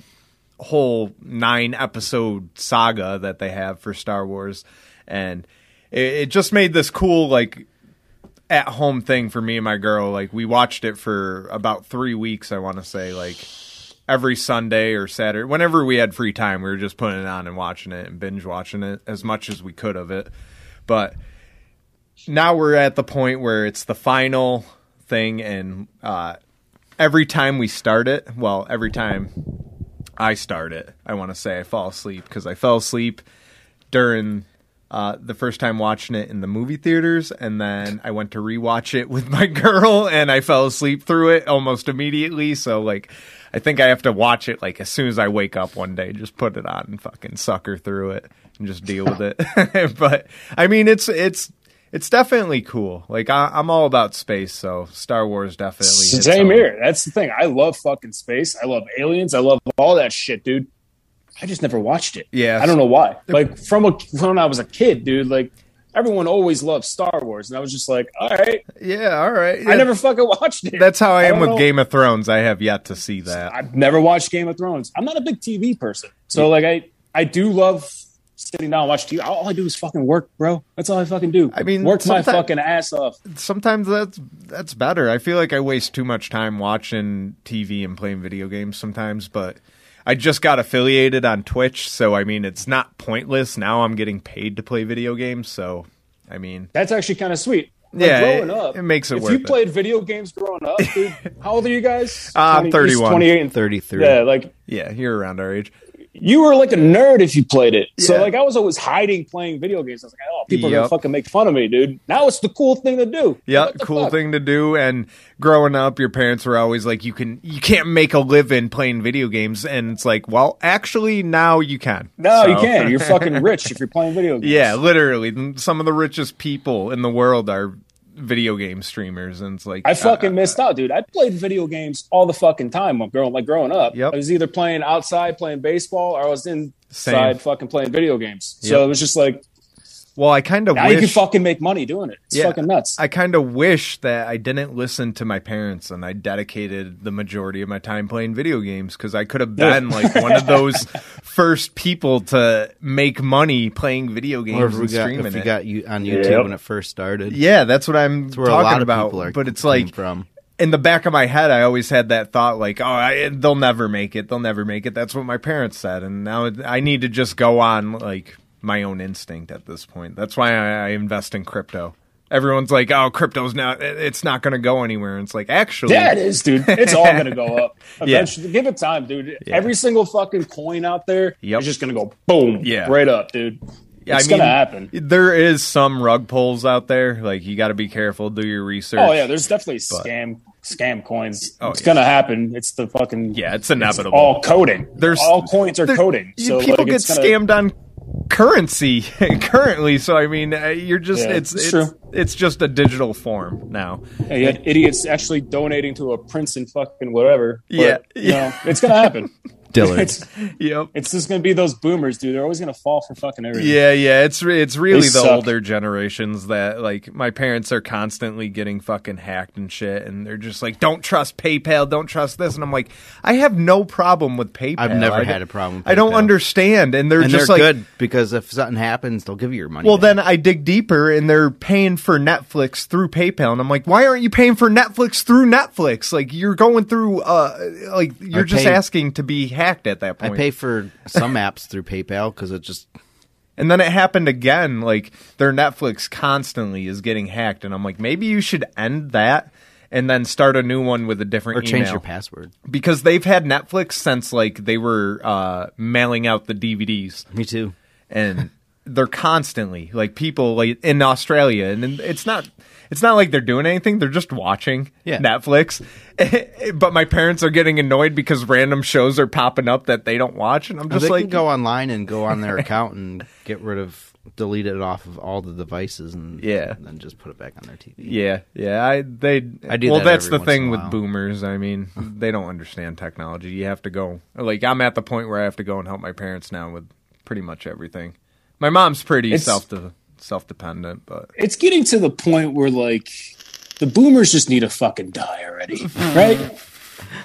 Speaker 3: whole nine episode saga that they have for Star Wars, and it, it just made this cool like at home thing for me and my girl. Like we watched it for about three weeks, I want to say, like every Sunday or Saturday, whenever we had free time, we were just putting it on and watching it and binge watching it as much as we could of it. But now we're at the point where it's the final thing, and uh, every time we start it, well, every time I start it. I want to say I fall asleep because I fell asleep during uh, the first time watching it in the movie theaters, and then I went to rewatch it with my girl, and I fell asleep through it almost immediately. So like, I think I have to watch it like as soon as I wake up one day. Just put it on and fucking sucker through it and just deal with it. but I mean, it's it's. It's definitely cool. Like I, I'm all about space, so Star Wars definitely. hits
Speaker 5: Same
Speaker 3: home.
Speaker 5: here. That's the thing. I love fucking space. I love aliens. I love all that shit, dude. I just never watched it.
Speaker 3: Yeah.
Speaker 5: I don't know why. Like from a, when I was a kid, dude. Like everyone always loved Star Wars, and I was just like, all right.
Speaker 3: Yeah, all right.
Speaker 5: I never fucking watched it.
Speaker 3: That's how I am
Speaker 5: don't
Speaker 3: with
Speaker 5: know.
Speaker 3: Game of Thrones. I have yet to see that.
Speaker 5: I've never watched Game of Thrones. I'm not a big TV person, so like I I do love sitting down and watch TV. All I do is fucking work, bro. That's all I fucking do.
Speaker 3: I mean,
Speaker 5: work my
Speaker 3: sometime-
Speaker 5: fucking ass off.
Speaker 3: Sometimes that's that's better. I feel like I waste too much time watching TV and playing video games sometimes, but I just got affiliated on Twitch, so I mean it's not pointless. Now I'm getting paid to play video games, so I mean
Speaker 5: That's actually kind of sweet. Like,
Speaker 3: Yeah,
Speaker 5: growing
Speaker 3: it-
Speaker 5: up,
Speaker 3: it makes it
Speaker 5: If
Speaker 3: worth
Speaker 5: you
Speaker 3: it.
Speaker 5: played video games growing up, dude, how old are you guys?
Speaker 3: Uh, I'm
Speaker 5: 20 he's
Speaker 3: 31.
Speaker 5: 28 and
Speaker 6: 33.
Speaker 5: Yeah, like
Speaker 3: yeah, you're around our age.
Speaker 5: you were like a nerd if you played it. So
Speaker 3: Yeah.
Speaker 5: like I was always hiding playing video games. I was like, oh, people are gonna
Speaker 3: Yep.
Speaker 5: fucking make fun of me, dude. Now it's the cool thing to do.
Speaker 3: Yeah,
Speaker 5: What the
Speaker 3: cool
Speaker 5: fuck?
Speaker 3: thing to do. And growing up, your parents were always like, "You can, you can't make a living playing video games," and it's like, well, actually, now you can.
Speaker 5: No, you
Speaker 3: So-
Speaker 5: can't. You're fucking rich if you're playing video games.
Speaker 3: yeah, literally, some of the richest people in the world are video game streamers, and it's like, uh,
Speaker 5: I fucking missed out, dude. I played video games all the fucking time. I'm growing like growing up.
Speaker 3: Yep.
Speaker 5: I was either playing outside playing baseball or I was inside
Speaker 3: Same.
Speaker 5: fucking playing video games. So it was just like
Speaker 3: well, I kind of
Speaker 5: now you can
Speaker 3: wish.
Speaker 5: fucking make money doing it. It's
Speaker 3: Yeah.
Speaker 5: fucking nuts.
Speaker 3: I kind of wish that I didn't listen to my parents and I dedicated the majority of my time playing video games because I could have been like one of those first people to make money playing video games
Speaker 6: Or if
Speaker 3: and
Speaker 6: we got,
Speaker 3: streaming
Speaker 6: if you
Speaker 3: it.
Speaker 6: got you on YouTube
Speaker 5: Yep.
Speaker 6: when it first started.
Speaker 3: Yeah, that's what I'm
Speaker 6: That's where
Speaker 3: talking
Speaker 6: a lot
Speaker 3: about.
Speaker 6: of people are
Speaker 3: but it's
Speaker 6: coming
Speaker 3: like
Speaker 6: from.
Speaker 3: in the back of my head, I always had that thought, like, "Oh, I, they'll never make it. They'll never make it." That's what my parents said, and now I need to just go on like my own instinct at this point. That's why I, I invest in crypto. Everyone's like, "Oh, crypto's not. it- It's not going to go anywhere." And it's like, actually,
Speaker 5: Yeah, it is, dude. It's all gonna go up.
Speaker 3: Yeah.
Speaker 5: Eventually, give it time, dude. Every single fucking coin out there
Speaker 3: Yep.
Speaker 5: is just gonna go boom,
Speaker 3: Yeah.
Speaker 5: right up, dude.
Speaker 3: I
Speaker 5: it's
Speaker 3: mean,
Speaker 5: gonna happen.
Speaker 3: There is some rug pulls out there. Like, you got to be careful. Do your research.
Speaker 5: Oh yeah, there's definitely scam scam coins.
Speaker 3: Oh,
Speaker 5: it's
Speaker 3: yeah.
Speaker 5: gonna happen. It's the fucking
Speaker 3: yeah, it's inevitable.
Speaker 5: all coding.
Speaker 3: There's-
Speaker 5: all coins are
Speaker 3: There-
Speaker 5: coding.
Speaker 3: you-
Speaker 5: So
Speaker 3: people
Speaker 5: like,
Speaker 3: get
Speaker 5: it's gonna-
Speaker 3: scammed on currency currently. So I mean, uh, you're just
Speaker 5: Yeah,
Speaker 3: it's
Speaker 5: it's
Speaker 3: it's,
Speaker 5: true.
Speaker 3: it's just a digital form now.
Speaker 5: And you had idiots actually donating to a prince and fucking whatever. But,
Speaker 3: Yeah.
Speaker 5: you know, it's gonna happen.
Speaker 6: Dillard's.
Speaker 5: it's
Speaker 3: Yep.
Speaker 5: it's just gonna be those boomers, dude. They're always gonna fall for fucking everything.
Speaker 3: Yeah, yeah, it's re- it's really
Speaker 5: They
Speaker 3: the
Speaker 5: suck.
Speaker 3: older generations that like my parents are constantly getting fucking hacked and shit, and they're just like, "Don't trust PayPal, don't trust this," and I'm like, I have no problem with PayPal.
Speaker 6: I've never
Speaker 3: I
Speaker 6: had
Speaker 3: don't-
Speaker 6: a problem with
Speaker 3: I don't
Speaker 6: PayPal.
Speaker 3: understand, and they're
Speaker 6: and
Speaker 3: just
Speaker 6: they're
Speaker 3: like,
Speaker 6: good because if something happens, they'll give you your money.
Speaker 3: Well,
Speaker 6: back.
Speaker 3: then I dig deeper, and they're paying for Netflix through PayPal, and I'm like, why aren't you paying for Netflix through Netflix? Like you're going through, uh, like you're just
Speaker 6: pay-
Speaker 3: asking to be hacked at that point.
Speaker 6: I pay for some apps through PayPal because it just
Speaker 3: and then it happened again. Like their Netflix constantly is getting hacked, and I'm like, maybe you should end that. And then start a new one with a different
Speaker 6: or
Speaker 3: email
Speaker 6: change your password.
Speaker 3: because they've had Netflix since like they were uh, mailing out the DVDs.
Speaker 6: Me too.
Speaker 3: and they're constantly like people like in Australia, and then it's not it's not like they're doing anything; they're just watching
Speaker 6: Yeah.
Speaker 3: Netflix. but my parents are getting annoyed because random shows are popping up that they don't watch, and I'm
Speaker 6: Well,
Speaker 3: just
Speaker 6: Oh, they
Speaker 3: like,
Speaker 6: can go online and go on their account and get rid of, delete it off of all the devices, and
Speaker 3: Yeah.
Speaker 6: and then just put it back on their TV.
Speaker 3: yeah, yeah, I they
Speaker 6: I do
Speaker 3: Well,
Speaker 6: that
Speaker 3: that's the
Speaker 6: every once in a
Speaker 3: thing with
Speaker 6: while.
Speaker 3: boomers. I mean, they don't understand technology. You have to go like I'm at the point where I have to go and help my parents now with pretty much everything. My mom's pretty
Speaker 5: It's-
Speaker 3: self self dependent, but
Speaker 5: It's getting to the point where like the boomers just need to fucking die already, right?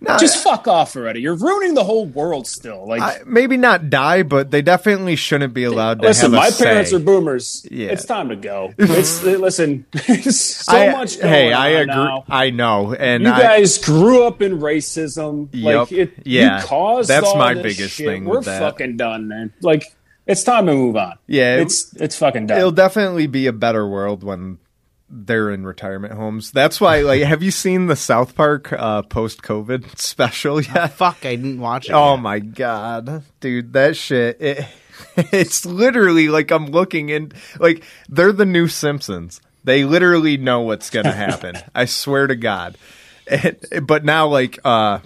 Speaker 3: no,
Speaker 5: just fuck off already. You're ruining the whole world still. Like
Speaker 3: I, maybe not die, but they definitely shouldn't be allowed to have
Speaker 5: Listen,
Speaker 3: a
Speaker 5: my parents
Speaker 3: say.
Speaker 5: are boomers.
Speaker 3: Yeah.
Speaker 5: It's time to go. It's, listen, there's so
Speaker 3: I-
Speaker 5: much going
Speaker 3: hey, I
Speaker 5: on
Speaker 3: agree.
Speaker 5: now.
Speaker 3: I know, and
Speaker 5: You
Speaker 3: I,
Speaker 5: guys grew up in racism. Like
Speaker 3: Yep.
Speaker 5: it,
Speaker 3: Yeah.
Speaker 5: you caused
Speaker 3: That's
Speaker 5: all
Speaker 3: my
Speaker 5: this
Speaker 3: biggest
Speaker 5: shit.
Speaker 3: thing with
Speaker 5: We're
Speaker 3: that.
Speaker 5: fucking done, man. Like it's time to move on.
Speaker 3: Yeah, it-
Speaker 5: it's it's fucking done.
Speaker 3: it'll definitely be a better world when they're in retirement homes. That's why. Like, have you seen the South Park uh, post COVID special
Speaker 5: Ah,
Speaker 3: yet?
Speaker 6: Fuck, I didn't watch it.
Speaker 3: Oh
Speaker 6: yet.
Speaker 3: my god, dude, that shit. It, it's literally like I'm looking in like they're the new Simpsons. They literally know what's going to happen. I swear to god. And- but now like uh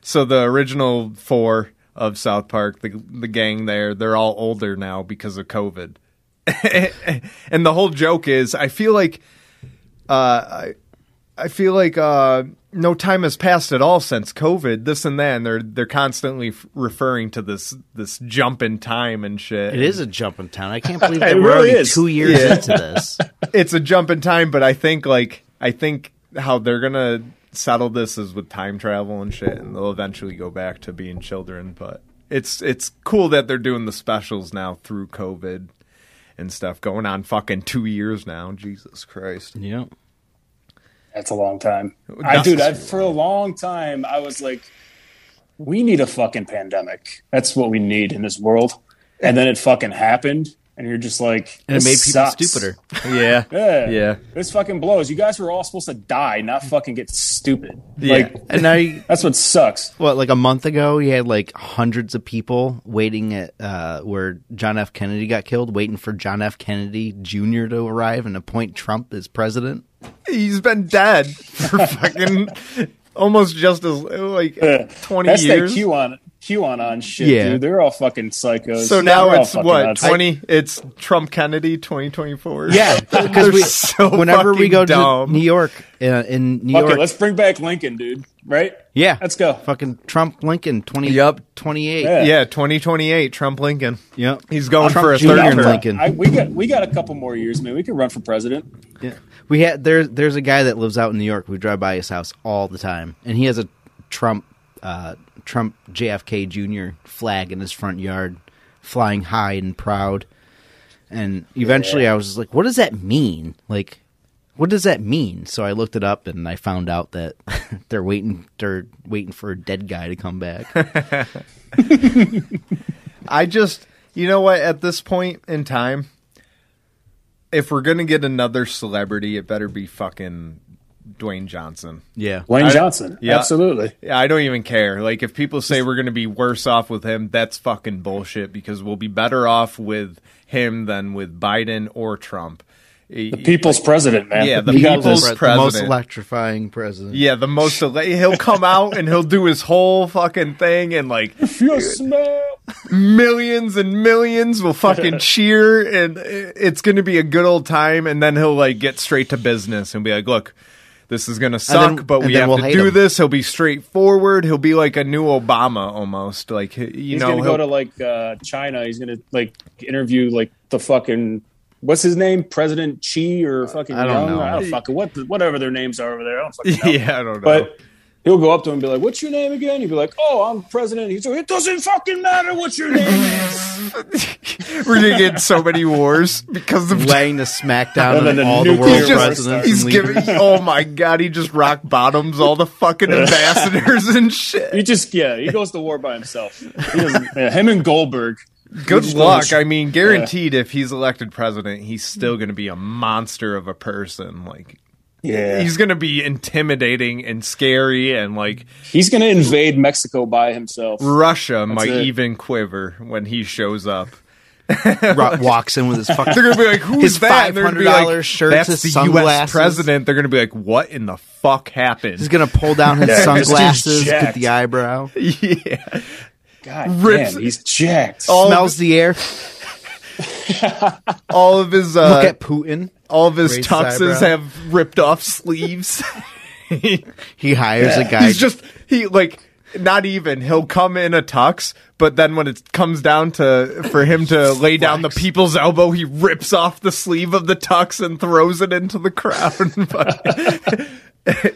Speaker 3: so the original 4 of South Park, the the gang there, they're all older now because of COVID. and the whole joke is I feel like uh, I feel like uh, no time has passed at all since COVID. This and that, and they're they're constantly f- referring to this this jump in time and shit.
Speaker 6: It is a jump in town. I can't believe that
Speaker 5: It
Speaker 6: we're
Speaker 5: really
Speaker 6: already
Speaker 5: is.
Speaker 6: two years into this.
Speaker 3: It's a jump in time, but I think like I think how they're gonna settle this is with time travel and shit, and they'll eventually go back to being children. But it's it's cool that they're doing the specials now through COVID and stuff, going on fucking two years now. Jesus Christ.
Speaker 6: Yeah.
Speaker 5: That's a long time. I, dude, I, for a long time, I was like, we need a fucking pandemic. That's what we need in this world. And then it fucking happened. and you're just like,
Speaker 6: And
Speaker 5: "This
Speaker 6: it made people
Speaker 5: sucks."
Speaker 6: stupider. Yeah.
Speaker 5: Yeah.
Speaker 6: Yeah.
Speaker 5: This fucking blows. You guys were all supposed to die, not fucking get stupid. Like
Speaker 6: and now you,
Speaker 5: that's what sucks.
Speaker 6: what like a month ago you had like hundreds of people waiting at uh, where John F Kennedy got killed waiting for John F Kennedy Jr to arrive and appoint Trump as president.
Speaker 3: He's been dead for fucking almost just as like twenty
Speaker 5: That's that
Speaker 3: years.
Speaker 5: QAnon QAnon shit,
Speaker 6: Yeah.
Speaker 5: dude. They're all fucking psychos.
Speaker 3: So now
Speaker 5: They're all
Speaker 3: it's
Speaker 5: fucking
Speaker 3: what
Speaker 5: nuts.
Speaker 3: twenty? It's Trump Kennedy twenty twenty four.
Speaker 6: because we
Speaker 3: so
Speaker 6: whenever
Speaker 3: Oh,
Speaker 6: we
Speaker 3: fucking
Speaker 6: go
Speaker 3: dumb.
Speaker 6: to New York uh, in New
Speaker 5: Fuck it,
Speaker 6: York,
Speaker 5: let's bring back Lincoln, dude. Right?
Speaker 6: yeah,
Speaker 5: Let's go.
Speaker 6: Fucking Trump Lincoln twenty
Speaker 3: Yup.
Speaker 6: twenty eight.
Speaker 5: Yeah.
Speaker 3: yeah, twenty twenty eight. Trump Lincoln.
Speaker 6: Yep.
Speaker 3: He's going
Speaker 6: Trump
Speaker 3: for a
Speaker 6: Jr.
Speaker 3: third
Speaker 5: I'm
Speaker 3: term.
Speaker 5: for-
Speaker 6: Lincoln.
Speaker 5: I, we got we got a couple more years, man. We could run for president.
Speaker 6: Yeah. We had there's there's a guy that lives out in New York. We drive by his house all the time, and he has a Trump uh, Trump JFK Jr. flag in his front yard, flying high and proud. And eventually, I was just like, "What does that mean? Like, what does that mean?" So I looked it up, and I found out that they're waiting they're waiting for a dead guy to come back.
Speaker 3: I just, you know what? At this point in time, if we're gonna get another celebrity, it better be fucking Dwayne Johnson.
Speaker 6: yeah,
Speaker 5: Wayne
Speaker 3: I-
Speaker 5: Johnson.
Speaker 3: yeah.
Speaker 5: Absolutely.
Speaker 3: Yeah, I don't even care. Like, if people say we're going to be worse off with him, that's fucking bullshit because we'll be better off with him than with Biden or Trump.
Speaker 5: The people's president, man.
Speaker 3: Yeah, the
Speaker 5: You got
Speaker 3: people's
Speaker 5: this.
Speaker 3: pre-
Speaker 6: the most
Speaker 3: president.
Speaker 6: electrifying president.
Speaker 3: Yeah, the most. He'll come out and he'll do his whole fucking thing, and like
Speaker 5: Yes, ma'am.
Speaker 3: millions and millions will fucking cheer, and i- it's going to be a good old time. And then he'll like get straight to business and be like, look. This is gonna suck,
Speaker 6: then-
Speaker 3: but
Speaker 6: and
Speaker 3: we
Speaker 6: then
Speaker 3: have
Speaker 6: we'll
Speaker 3: to
Speaker 6: hate
Speaker 3: do
Speaker 6: him."
Speaker 3: this. He'll be straightforward. He'll be like a new Obama almost. Like he- you
Speaker 5: He's
Speaker 3: know,
Speaker 5: gonna
Speaker 3: he'll-
Speaker 5: go to like uh, China. He's gonna like interview like the fucking what's his name, President Xi or fucking
Speaker 6: I don't
Speaker 5: Young?
Speaker 6: know.
Speaker 5: I don't fucking what the, whatever their names are over there. I don't fucking know.
Speaker 3: yeah, I don't know.
Speaker 5: But he'll go up to him and be like, "What's your name again?" He'll be like, "Oh, I'm President." He's like, "It doesn't fucking matter what your name is."
Speaker 3: We're gonna get so many wars because of
Speaker 6: laying the smackdown
Speaker 5: And
Speaker 6: on
Speaker 5: then
Speaker 6: all
Speaker 5: the
Speaker 6: the
Speaker 5: nuclear
Speaker 6: world
Speaker 3: he's just
Speaker 6: presidents.
Speaker 3: he's
Speaker 6: and leaders.
Speaker 3: giving. Oh my god, he just rock bottoms all the fucking ambassadors and
Speaker 5: He
Speaker 3: shit.
Speaker 5: just yeah, he goes to war by himself. He doesn't- yeah, him and Goldberg.
Speaker 3: Good
Speaker 5: just
Speaker 3: luck.
Speaker 5: goes-
Speaker 3: I mean, guaranteed, if he's elected president, he's still gonna be a monster of a person. Like
Speaker 5: Yeah, he's,
Speaker 3: he's gonna be intimidating and scary, and like
Speaker 5: gonna invade Mexico by himself.
Speaker 3: Russia might
Speaker 5: it.
Speaker 3: even quiver when he shows up.
Speaker 6: Ro- walks in with his fucking.
Speaker 3: They're gonna be like, "Who's
Speaker 6: His
Speaker 3: that?" And they're gonna be like,
Speaker 6: $500 shirts,
Speaker 3: That's
Speaker 6: his
Speaker 3: the U.S.
Speaker 6: sunglasses."
Speaker 3: president. They're gonna be like, "What in the fuck happened?"
Speaker 6: He's gonna pull down his
Speaker 5: Yeah, this dude's
Speaker 6: sunglasses, get
Speaker 5: jacked.
Speaker 6: the eyebrow,
Speaker 3: yeah.
Speaker 5: God
Speaker 3: rips-
Speaker 5: damn, he's jacked.
Speaker 6: smells the air.
Speaker 3: all of his uh,
Speaker 6: Look at Putin.
Speaker 3: all of his
Speaker 6: raised
Speaker 3: tuxes
Speaker 6: eyebrow.
Speaker 3: have ripped off sleeves.
Speaker 6: He hires a guy.
Speaker 3: He's just he like not even he'll come in a tux, but then when it comes down to for him to lay down the people's elbow, he rips off the sleeve of the tux and throws it into the crowd. But-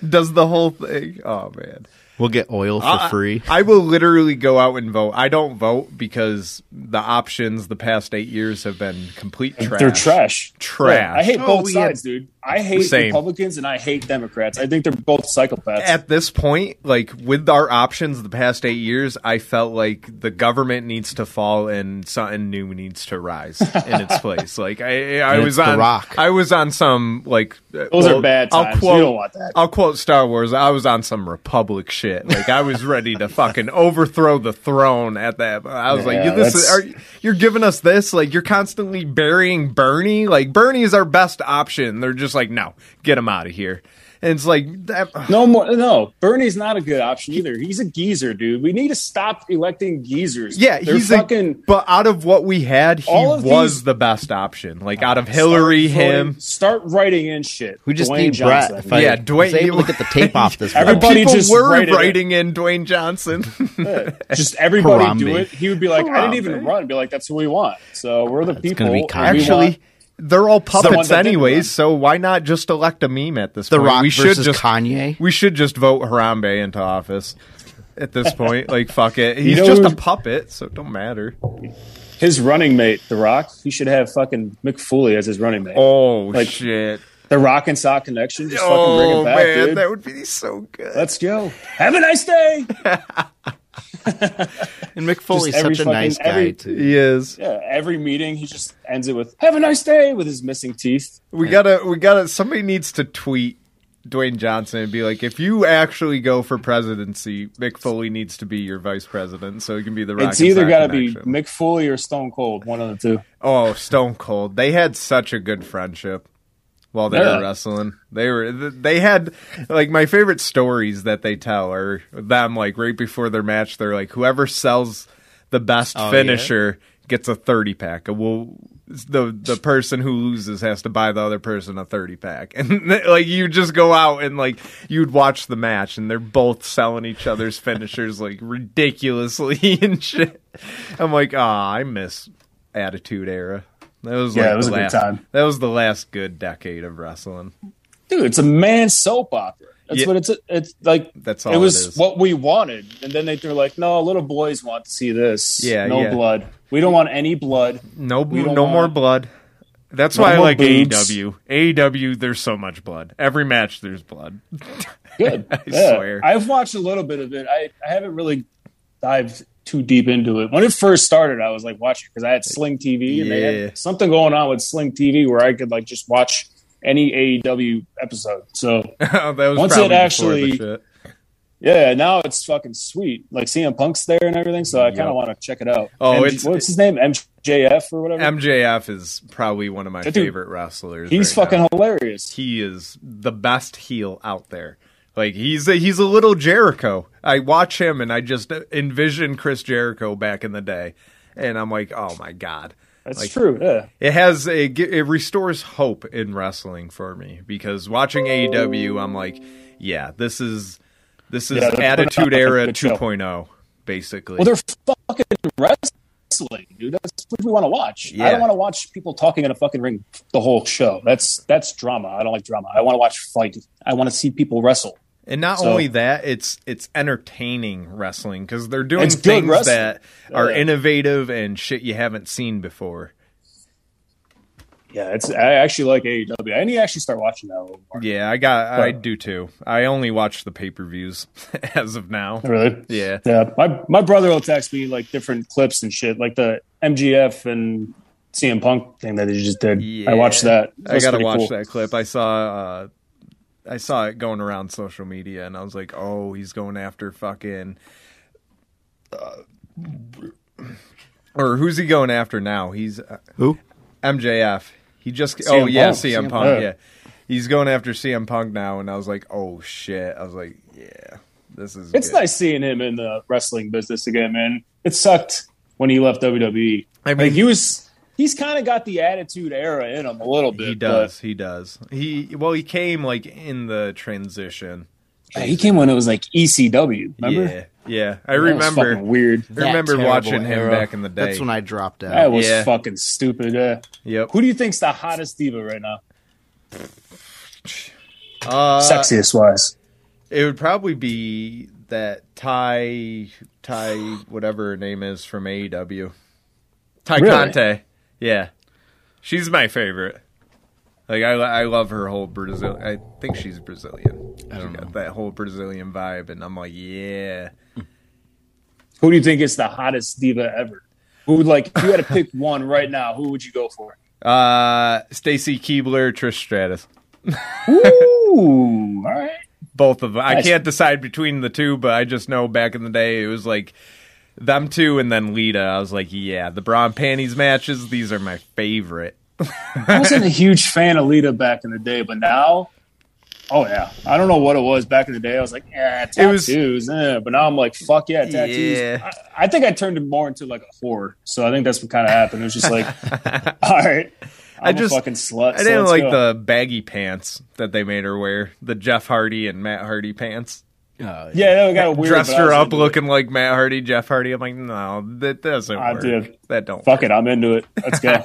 Speaker 3: Does the whole thing? Oh man,
Speaker 6: we'll get oil for
Speaker 3: I-
Speaker 6: free.
Speaker 3: I, will literally go out and vote. I don't vote because the options the past eight years have been complete trash.
Speaker 5: They're trash.
Speaker 3: Trash.
Speaker 5: Yeah, I hate
Speaker 6: Oh,
Speaker 5: both
Speaker 6: we
Speaker 5: sides, dude. I hate
Speaker 3: Same.
Speaker 5: Republicans and I hate Democrats. I think they're both psychopaths.
Speaker 3: at this point, like with our options the past eight years, I felt like the government needs to fall and something new needs to rise in its place. Like I, I
Speaker 6: And
Speaker 3: was
Speaker 6: it's The
Speaker 3: on,
Speaker 6: Rock.
Speaker 3: I was on some like uh, those
Speaker 5: Those are bad times. We don't want that.
Speaker 3: I'll quote Star Wars. I was on some Republic shit. Like I was ready to fucking overthrow the throne at that. I was like,
Speaker 5: Yeah,
Speaker 3: you, this is,
Speaker 5: that's-
Speaker 3: are, you- you're giving us this. Like you're constantly burying Bernie. Like Bernie is our best option. They're just like, no, get him out of here. And it's like that.
Speaker 5: no more. No, Bernie's not a good option either. He's a geezer, dude. We need to stop electing geezers.
Speaker 3: Yeah,
Speaker 5: they're
Speaker 3: he's
Speaker 5: fucking.
Speaker 3: A, but out of what we had, he
Speaker 5: All of
Speaker 3: was
Speaker 5: these- Oh,
Speaker 3: the best option. Like out of
Speaker 5: start
Speaker 3: Hillary,
Speaker 5: voting-
Speaker 3: him.
Speaker 5: Start writing in shit.
Speaker 6: we just
Speaker 5: Dwayne
Speaker 6: need
Speaker 5: Johnson.
Speaker 6: Brett. If
Speaker 3: Yeah,
Speaker 6: I
Speaker 3: Dwayne-
Speaker 6: was able to get the tape off this.
Speaker 5: Everybody-
Speaker 6: button.
Speaker 3: People
Speaker 5: just
Speaker 3: were
Speaker 5: write it in.
Speaker 3: writing in Dwayne Johnson.
Speaker 5: just everybody do
Speaker 6: Harambe.
Speaker 5: it. He would be like, I didn't even
Speaker 3: Harambe.
Speaker 5: run. Be like, that's who we want. So we're the people.
Speaker 6: gonna be
Speaker 5: and we
Speaker 6: Congress.
Speaker 5: want-
Speaker 3: Actually, they're all puppets
Speaker 5: that didn't run.
Speaker 3: anyways, so why not just elect a meme at this
Speaker 6: The
Speaker 3: point?
Speaker 6: Rock
Speaker 3: we should
Speaker 6: versus
Speaker 3: just
Speaker 6: Kanye.
Speaker 3: we should just vote Harambe into office. At this point, like fuck it, he's
Speaker 5: know
Speaker 3: just a
Speaker 5: who-
Speaker 3: puppet, so it don't matter.
Speaker 5: his running mate, The Rock, he should have fucking Mick Foley as his running mate.
Speaker 3: Oh
Speaker 5: Like,
Speaker 3: shit!
Speaker 5: The Rock and Sock connection. Just fucking bring
Speaker 3: Oh
Speaker 5: it back,
Speaker 3: man,
Speaker 5: dude.
Speaker 3: that would be so good.
Speaker 5: Let's go. Have a nice day.
Speaker 6: And Mick Foley's
Speaker 5: Just every
Speaker 6: such a
Speaker 5: fucking-
Speaker 6: nice guy
Speaker 5: every-
Speaker 6: too.
Speaker 3: He is.
Speaker 5: Yeah, every meeting he just ends it with "Have a nice day" with his missing teeth.
Speaker 3: We gotta, we gotta. Somebody needs to tweet Dwayne Johnson and be like, if you actually go for presidency, Mick Foley needs to be your vice president, so he can be the. Rock
Speaker 5: it's
Speaker 3: and
Speaker 5: either
Speaker 3: Sock
Speaker 5: got to be
Speaker 3: connection.
Speaker 5: Mick Foley or Stone Cold, one of the two.
Speaker 3: Oh, Stone Cold. They had such a good friendship while they
Speaker 5: Yeah.
Speaker 3: were wrestling. They were they had like my favorite stories that they tell are them like right before their match they're like whoever sells the best
Speaker 6: Oh,
Speaker 3: finisher gets a 30 pack. Well the the person who loses has to buy the other person a 30 pack. And like you just go out and like you'd watch the match and they're both selling each other's finishers like ridiculously and shit. I'm like, ah, I miss Attitude Era. That was
Speaker 5: Yeah,
Speaker 3: like
Speaker 5: it was
Speaker 3: the
Speaker 5: a good
Speaker 3: last,
Speaker 5: time.
Speaker 3: That was the last good decade of wrestling.
Speaker 5: Dude, it's a man soap opera. That's
Speaker 3: Yeah.
Speaker 5: what it's. It's like
Speaker 3: That's all
Speaker 5: it
Speaker 3: it
Speaker 5: was
Speaker 3: is.
Speaker 5: what we wanted, and then they they're like, "No, little boys want to see this.
Speaker 3: Yeah,
Speaker 5: no
Speaker 3: yeah.
Speaker 5: blood. We don't want any blood.
Speaker 3: No,
Speaker 5: We
Speaker 3: no
Speaker 5: don't
Speaker 3: more
Speaker 5: want-
Speaker 3: blood. That's
Speaker 5: No
Speaker 3: why I
Speaker 5: more
Speaker 3: like E
Speaker 5: boobs.
Speaker 3: AEW. AEW, there's so much blood. Every match, there's blood.
Speaker 5: Good. I
Speaker 3: swear.
Speaker 5: I've watched a little bit of it. I, I haven't really dived too deep into it. When it first started, I was like watching because I had Sling TV and they
Speaker 3: Yeah.
Speaker 5: had something going on with Sling TV where I could like just watch any AEW episode. So
Speaker 3: that was
Speaker 5: Once
Speaker 3: probably before
Speaker 5: it
Speaker 3: the
Speaker 5: actually-
Speaker 3: shit.
Speaker 5: yeah, now it's fucking sweet. Like CM Punk's there and everything, so I kind of
Speaker 3: Yep.
Speaker 5: want to check it out.
Speaker 3: Oh,
Speaker 5: MJ
Speaker 3: it's-
Speaker 5: what's his name? MJF or whatever.
Speaker 3: MJF is probably one of my
Speaker 5: That dude-
Speaker 3: favorite wrestlers.
Speaker 5: He's
Speaker 3: right now.
Speaker 5: fucking hilarious.
Speaker 3: he is the best heel out there. Like he's a, he's a little Jericho. I watch him and I just envision Chris Jericho back in the day, and I'm like, oh my god,
Speaker 5: That's
Speaker 3: Like,
Speaker 5: true. Yeah.
Speaker 3: It has a it restores hope in wrestling for me because watching AEW, I'm like, yeah, this is this is
Speaker 5: Yeah, they're putting
Speaker 3: Attitude
Speaker 5: up a
Speaker 3: Era
Speaker 5: good show.
Speaker 3: 2.0, basically.
Speaker 5: Well, they're fucking wrestling, dude. That's what we want to watch. I
Speaker 3: Yeah.
Speaker 5: don't want to watch people talking in a fucking ring the whole show. That's that's drama. I don't like drama. I want to watch fight. I want to see people wrestle.
Speaker 3: And not
Speaker 5: So-
Speaker 3: only that, it's it's entertaining wrestling because they're doing
Speaker 5: It's good
Speaker 3: things
Speaker 5: wrestling.
Speaker 3: that are
Speaker 5: Yeah.
Speaker 3: innovative and shit you haven't seen before.
Speaker 5: Yeah, it's. I actually like AEW. I need to actually start watching that. A little more.
Speaker 3: Yeah, I got I
Speaker 5: But-
Speaker 3: do too. I only watch the pay per views as of now.
Speaker 5: Really?
Speaker 3: Yeah.
Speaker 5: Yeah. My my brother will text me like different clips and shit, like the MGF and CM Punk thing that he just did.
Speaker 3: Yeah.
Speaker 5: I watched that. It
Speaker 3: I
Speaker 5: was
Speaker 3: gotta
Speaker 5: pretty
Speaker 3: watch
Speaker 5: cool.
Speaker 3: that clip. I saw uh I saw it going around social media and I was like, oh, he's going after fucking uh, or who's he going after now? He's uh,
Speaker 6: Who?
Speaker 3: MJF. He just oh yeah,
Speaker 5: Punk.
Speaker 3: CM,
Speaker 5: CM
Speaker 3: Punk,
Speaker 5: Punk.
Speaker 3: yeah. He's going after CM Punk now and I was like, oh shit. I was like, yeah. This is
Speaker 5: It's
Speaker 3: good.
Speaker 5: nice seeing him in the wrestling business again, man. It sucked when he left WWE.
Speaker 3: I mean-
Speaker 5: like he was, he's kind of got the attitude era in him a little bit.
Speaker 3: He does. He does. He well, he came like in the transition.
Speaker 5: but- Yeah, he came when it was like ECW. Remember?
Speaker 3: Yeah, yeah. I
Speaker 5: That was fucking
Speaker 3: remember.
Speaker 5: weird.
Speaker 3: I remember
Speaker 6: terrible
Speaker 3: watching him
Speaker 6: era.
Speaker 3: back in the day.
Speaker 6: That's when I dropped out.
Speaker 5: That was
Speaker 3: Yeah.
Speaker 5: fucking stupid. Yeah.
Speaker 3: Yep.
Speaker 5: Who do you think's the hottest diva right now,
Speaker 3: Uh,
Speaker 5: sexiest wise?
Speaker 3: It would probably be that Ty Ty whatever her name is from AEW. Ty
Speaker 5: Really?
Speaker 3: Conte. Yeah, she's my favorite. Like I, I love her whole Brazil. I think she's Brazilian. I
Speaker 6: don't
Speaker 3: she
Speaker 6: know.
Speaker 3: got that whole Brazilian vibe, and I'm like, yeah.
Speaker 5: Who do you think is the hottest diva ever? Who would like if you had to pick one right now? Who would you go for?
Speaker 3: Uh, Stacy Keebler, Trish Stratus.
Speaker 5: Ooh, all right.
Speaker 3: both of them. I
Speaker 5: Nice.
Speaker 3: can't decide between the two, but I just know back in the day it was like them two and then Lita. I was like, yeah, the bra and panties matches, these are my favorite.
Speaker 5: I wasn't a huge fan of Lita back in the day, but now, oh yeah, I don't know what it was back in the day. I was like, yeah,
Speaker 3: It was-
Speaker 5: tattoos, eh. but now I'm like, fuck yeah, tattoos.
Speaker 3: Yeah.
Speaker 5: I, I think I turned it more into like a whore, so I think that's what kind of happened. It was just like, all right, I'm
Speaker 3: just-
Speaker 5: a fucking slut.
Speaker 3: I didn't like the baggy pants that they made her wear, the Jeff Hardy and Matt Hardy pants.
Speaker 6: Oh,
Speaker 5: yeah, that got weird.
Speaker 3: Dressed
Speaker 5: but I
Speaker 3: her
Speaker 5: was
Speaker 3: up
Speaker 5: into it.
Speaker 3: looking like Matt Hardy, Jeff Hardy. I'm like, no, that doesn't
Speaker 5: I
Speaker 3: work.
Speaker 5: did.
Speaker 3: That don't
Speaker 5: Fuck
Speaker 3: work.
Speaker 5: it, I'm into it. Let's go,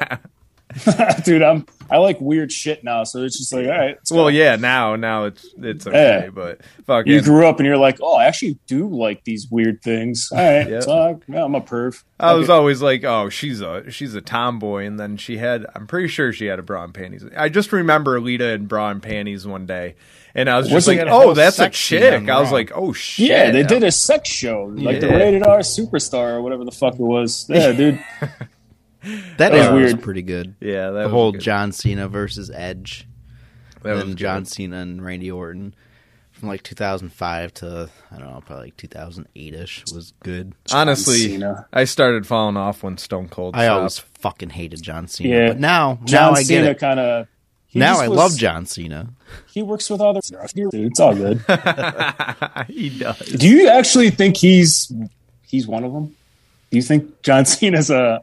Speaker 5: dude. I'm I like weird shit now, so it's just like, all right. it's
Speaker 3: Well,
Speaker 5: fine.
Speaker 3: yeah, now now it's it's okay,
Speaker 5: Yeah.
Speaker 3: but
Speaker 5: You
Speaker 3: fucking
Speaker 5: grew up and you're like, oh, I actually do like these weird things. All right,
Speaker 3: Yeah. Oh,
Speaker 5: so I, yeah, I'm a perv.
Speaker 3: I was
Speaker 5: Okay.
Speaker 3: always like, oh, she's a she's a tomboy, and then she had. I'm pretty sure she had a bra and panties. I just remember Lita in bra and panties one day, and I was just
Speaker 5: Was
Speaker 3: like,
Speaker 5: it-
Speaker 3: oh, that's a
Speaker 6: sexy
Speaker 3: chick.
Speaker 6: on
Speaker 3: I was
Speaker 6: Raw.
Speaker 3: like, oh shit.
Speaker 5: yeah, they did a sex show, like the
Speaker 3: Yeah.
Speaker 5: rated R superstar or whatever the fuck it was. Yeah, dude.
Speaker 6: That
Speaker 5: That was
Speaker 6: era was
Speaker 5: weird.
Speaker 6: pretty good.
Speaker 3: Yeah, that
Speaker 6: The
Speaker 3: was
Speaker 6: whole
Speaker 3: good.
Speaker 6: John Cena versus Edge,
Speaker 3: That was
Speaker 6: then
Speaker 3: good.
Speaker 6: John Cena and Randy Orton from like 2005 to I don't know, probably like 2008 ish was good.
Speaker 3: Honestly,
Speaker 5: Cena.
Speaker 3: I started falling off when Stone Cold.
Speaker 6: I
Speaker 3: stopped.
Speaker 6: always fucking hated John Cena,
Speaker 5: Yeah.
Speaker 6: but now
Speaker 5: John
Speaker 6: now I
Speaker 5: Cena
Speaker 6: get it.
Speaker 5: kind of.
Speaker 6: Now I love John Cena.
Speaker 5: He works with other. Dude, it's all good.
Speaker 3: he does.
Speaker 5: Do you actually think he's he's one of them? Do you think John Cena's a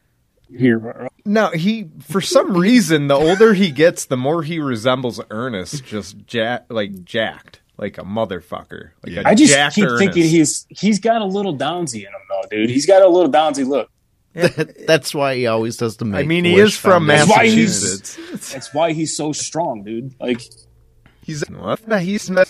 Speaker 5: hero?
Speaker 3: No, he for some reason the older he gets, the more he resembles Ernest, just ja- like jacked, like a motherfucker. Like a
Speaker 5: I just
Speaker 3: jacked
Speaker 5: keep
Speaker 3: Ernest.
Speaker 5: thinking he's he's got a little downsy in him though, dude. He's got a little downsy look.
Speaker 6: That's why he always does the.
Speaker 3: I
Speaker 6: Make
Speaker 3: mean, he is from
Speaker 5: That's why he's-
Speaker 3: Massachusetts.
Speaker 5: That's why he's so strong, dude. Like
Speaker 3: He's what? No, he's not-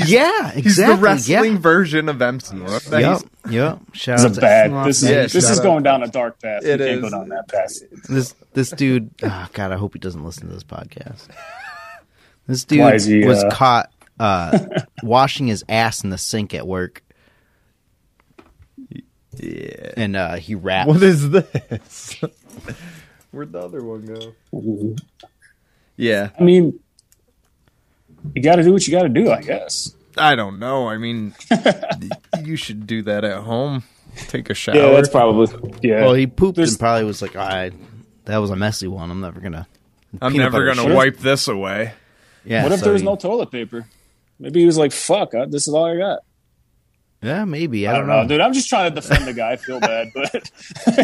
Speaker 6: Yeah, exactly.
Speaker 3: he's the wrestling
Speaker 6: Yeah.
Speaker 3: version of MC.
Speaker 6: Yep, yep. Shout
Speaker 5: he's
Speaker 6: out
Speaker 5: a
Speaker 6: to
Speaker 5: bad.
Speaker 6: Elon
Speaker 5: This is
Speaker 6: Musk.
Speaker 3: Yeah,
Speaker 5: this
Speaker 3: shout
Speaker 5: is
Speaker 3: out.
Speaker 5: going down a dark path.
Speaker 3: It
Speaker 5: you
Speaker 3: is.
Speaker 5: can't go down that path.
Speaker 6: this this dude oh god i hope he doesn't listen to this podcast this dude
Speaker 5: Why is he,
Speaker 6: was
Speaker 5: uh,
Speaker 6: caught uh washing his ass in the sink at work yeah and uh he rapped
Speaker 3: What is this? Where'd the other one go? Yeah,
Speaker 5: I mean, you got to do what you got to do, I guess.
Speaker 3: I don't know. I mean, you should do that at home. Take a shower.
Speaker 5: probably yeah.
Speaker 6: well he pooped
Speaker 5: There's-
Speaker 6: and probably was like i that was a messy one i'm never gonna
Speaker 3: I'm
Speaker 6: peanut
Speaker 3: never
Speaker 6: butter
Speaker 3: gonna
Speaker 6: shit.
Speaker 3: wipe this away.
Speaker 6: yeah
Speaker 5: what if
Speaker 6: so
Speaker 5: there was
Speaker 6: he-
Speaker 5: no toilet paper? Maybe he was like, "Fuck, I, this is all I got."
Speaker 6: yeah maybe i,
Speaker 5: I
Speaker 6: don't, know,
Speaker 5: dude. I'm just trying to defend the guy. I feel bad, but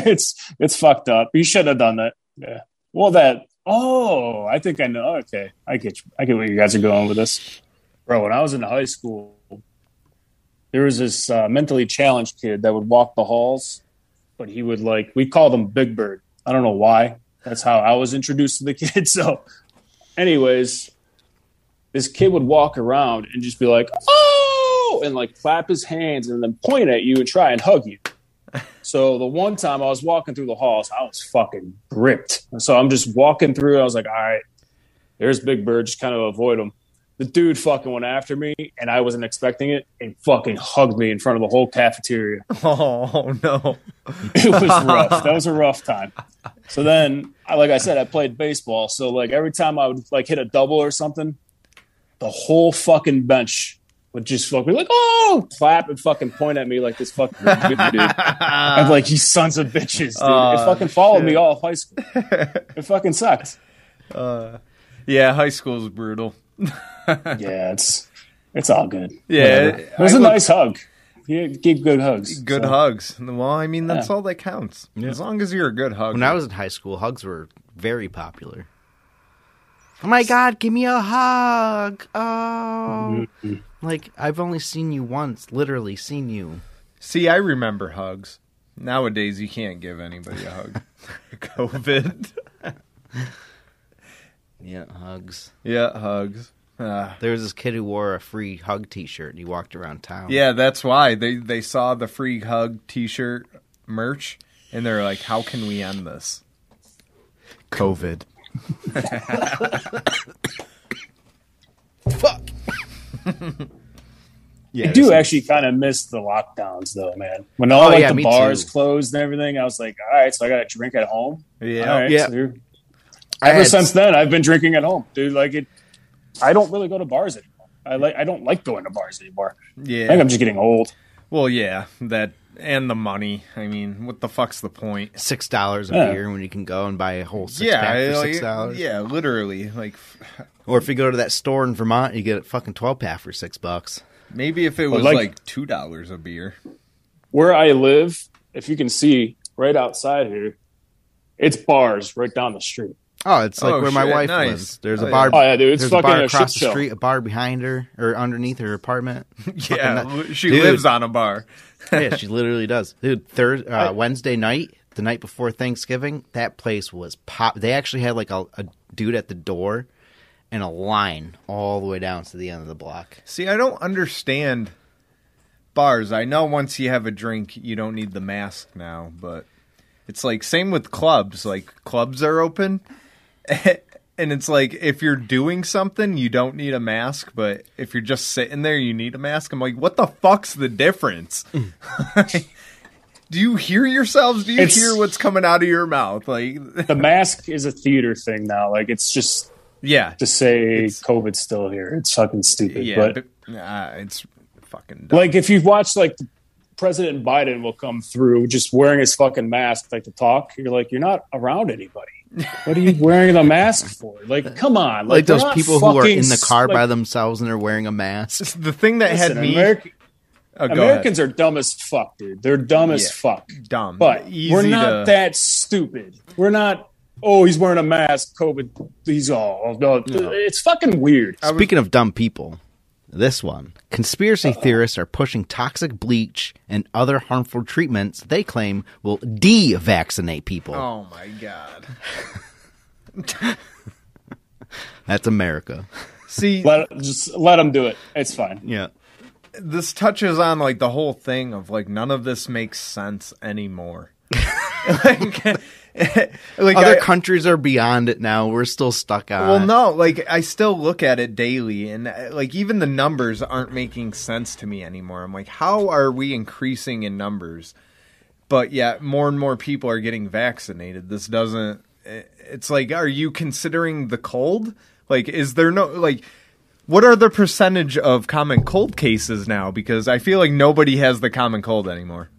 Speaker 5: it's it's fucked up. You should have done that. Yeah. Well, that. Oh, I think I know. Okay, I get you. I get where you guys are going with this, bro. When I was in high school, there was this uh, mentally challenged kid that would walk the halls, but he would like we called him Big Bird. I don't know why. That's how I was introduced to the kid. So, anyways, this kid would walk around and just be like, oh, and like clap his hands and then point at you and try and hug you. So the one time I was walking through the halls, I was fucking gripped. And so I'm just walking through. I was like, all right, there's Big Bird. Just kind of avoid him. The dude fucking went after me, and I wasn't expecting it, and fucking hugged me in front of the whole cafeteria
Speaker 3: Oh no!
Speaker 5: it was rough. That was a rough time. So then, I- like I said, I played baseball. So like every time I would like hit a double or something, the whole fucking bench would just fucking like oh clap and fucking point at me like this fucking dude. I'm like you sons of bitches, dude.
Speaker 3: Aw,
Speaker 5: it fucking followed me all of high school. It fucking sucked.
Speaker 3: Yeah, high school's brutal.
Speaker 5: Yeah, it's it's all good.
Speaker 3: Yeah,
Speaker 5: Whatever. it was
Speaker 3: I
Speaker 5: a
Speaker 3: look-
Speaker 5: nice hug. Yeah, give good hugs.
Speaker 3: Good
Speaker 5: So-
Speaker 3: hugs. Well, I mean, that's
Speaker 5: Yeah.
Speaker 3: all that counts. As long as you're a good hugger.
Speaker 6: when i was in high school hugs were very popular oh my god give me a hug oh like i've only seen you once literally seen you
Speaker 3: See, I remember hugs. Nowadays, you can't give anybody a hug. COVID.
Speaker 6: Yeah, hugs.
Speaker 3: yeah, hugs. Ah.
Speaker 6: There was this kid who wore a free hug T-shirt and he walked around town.
Speaker 3: yeah, that's why they they saw the free hug T-shirt merch, and they're like, "How can we end this?"
Speaker 6: COVID.
Speaker 3: Yeah,
Speaker 5: I do actually kind of miss the lockdowns though, man. When all
Speaker 6: Oh,
Speaker 5: like
Speaker 6: yeah,
Speaker 5: the
Speaker 6: me
Speaker 5: bars
Speaker 6: too.
Speaker 5: closed and everything, I was like, all right, so I got to drink at home.
Speaker 3: Yeah,
Speaker 5: All right,
Speaker 6: Yeah.
Speaker 5: so you're-
Speaker 6: I
Speaker 5: ever
Speaker 6: had-
Speaker 5: since then, I've been drinking at home, dude. Like it, I don't really go to bars anymore. I like I don't like going to bars anymore. I think
Speaker 3: yeah.
Speaker 5: I'm just getting old.
Speaker 3: Well, yeah, that and the money. I mean, what the fuck's the point?
Speaker 6: six dollars a
Speaker 5: Yeah.
Speaker 6: beer when you can go and buy a whole six
Speaker 3: yeah,
Speaker 6: pack for
Speaker 3: like,
Speaker 6: six dollars.
Speaker 3: yeah, literally. Like, f-
Speaker 6: Or if you go to that store in Vermont, you get a fucking twelve pack for six bucks.
Speaker 3: maybe if it was
Speaker 5: like-
Speaker 3: like two dollars a beer.
Speaker 5: Where I live, if you can see right outside here, it's bars right down the street.
Speaker 6: Oh, it's like
Speaker 3: Oh,
Speaker 6: where my
Speaker 3: shit,
Speaker 6: wife
Speaker 3: nice.
Speaker 6: lives. There's
Speaker 3: Oh,
Speaker 6: a bar.
Speaker 5: yeah. Oh, yeah, dude, it's
Speaker 6: there's
Speaker 5: fucking
Speaker 6: a bar
Speaker 5: a
Speaker 6: across
Speaker 5: shit
Speaker 6: the
Speaker 5: show.
Speaker 6: street, a bar behind her or underneath her apartment. Fucking
Speaker 3: Yeah,
Speaker 6: that-
Speaker 3: she
Speaker 6: Dude.
Speaker 3: lives on a bar.
Speaker 6: yeah, she literally does. Dude, Thurs uh, Wednesday night, the night before Thanksgiving, that place was pop. They actually had like a, a dude at the door and a line all the way down to the end of the block.
Speaker 3: See, I don't understand bars. I know once you have a drink, you don't need the mask now, but it's like same with clubs. Like clubs are open, and it's like if you're doing something, you don't need a mask, but if you're just sitting there, you need a mask. I'm like, what the fuck's the difference? Do you hear yourselves? Do you
Speaker 5: It's-
Speaker 3: hear what's coming out of your mouth? Like,
Speaker 5: The mask is a theater thing now. Like it's just
Speaker 3: yeah,
Speaker 5: to say COVID's still here. It's fucking stupid.
Speaker 3: yeah,
Speaker 5: but,
Speaker 3: but, nah, it's fucking dumb.
Speaker 5: like if you've watched like President Biden will come through just wearing his fucking mask like to talk. You're like you're not around anybody. What are you wearing the mask for? Like come on.
Speaker 6: Like
Speaker 5: we're
Speaker 6: those
Speaker 5: not
Speaker 6: people who are
Speaker 5: fucking
Speaker 6: in the
Speaker 5: s-
Speaker 6: car
Speaker 5: like,
Speaker 6: by themselves and they're wearing a mask.
Speaker 3: the thing that
Speaker 5: listen,
Speaker 3: had me
Speaker 5: America-
Speaker 3: Oh, go ahead.
Speaker 5: Americans are dumb as fuck, dude. They're dumb as
Speaker 3: Yeah.
Speaker 5: fuck.
Speaker 3: dumb,
Speaker 5: But
Speaker 3: Easy
Speaker 5: we're
Speaker 3: to-
Speaker 5: not that stupid. We're not. Oh, he's wearing a mask. COVID. He's all. No, It's fucking weird.
Speaker 6: Speaking of dumb people, this one. Conspiracy theorists are pushing toxic bleach and other harmful treatments they claim will de vaccinate people.
Speaker 3: Oh my god.
Speaker 6: That's America.
Speaker 3: See,
Speaker 5: Let just let them do it. It's fine.
Speaker 6: Yeah.
Speaker 3: this touches on like the whole thing of like none of this makes sense anymore. like, like
Speaker 6: Other
Speaker 3: I-
Speaker 6: countries are beyond it now. We're still stuck on.
Speaker 3: well,
Speaker 6: it.
Speaker 3: no, like I still look at it daily, and uh, like even the numbers aren't making sense to me anymore. I'm like, how are we increasing in numbers? But yet, more and more people are getting vaccinated. This doesn't. it- It's like, are you considering the cold? Like, is there no like? What are the percentage of common cold cases now? Because I feel like nobody has the common cold anymore.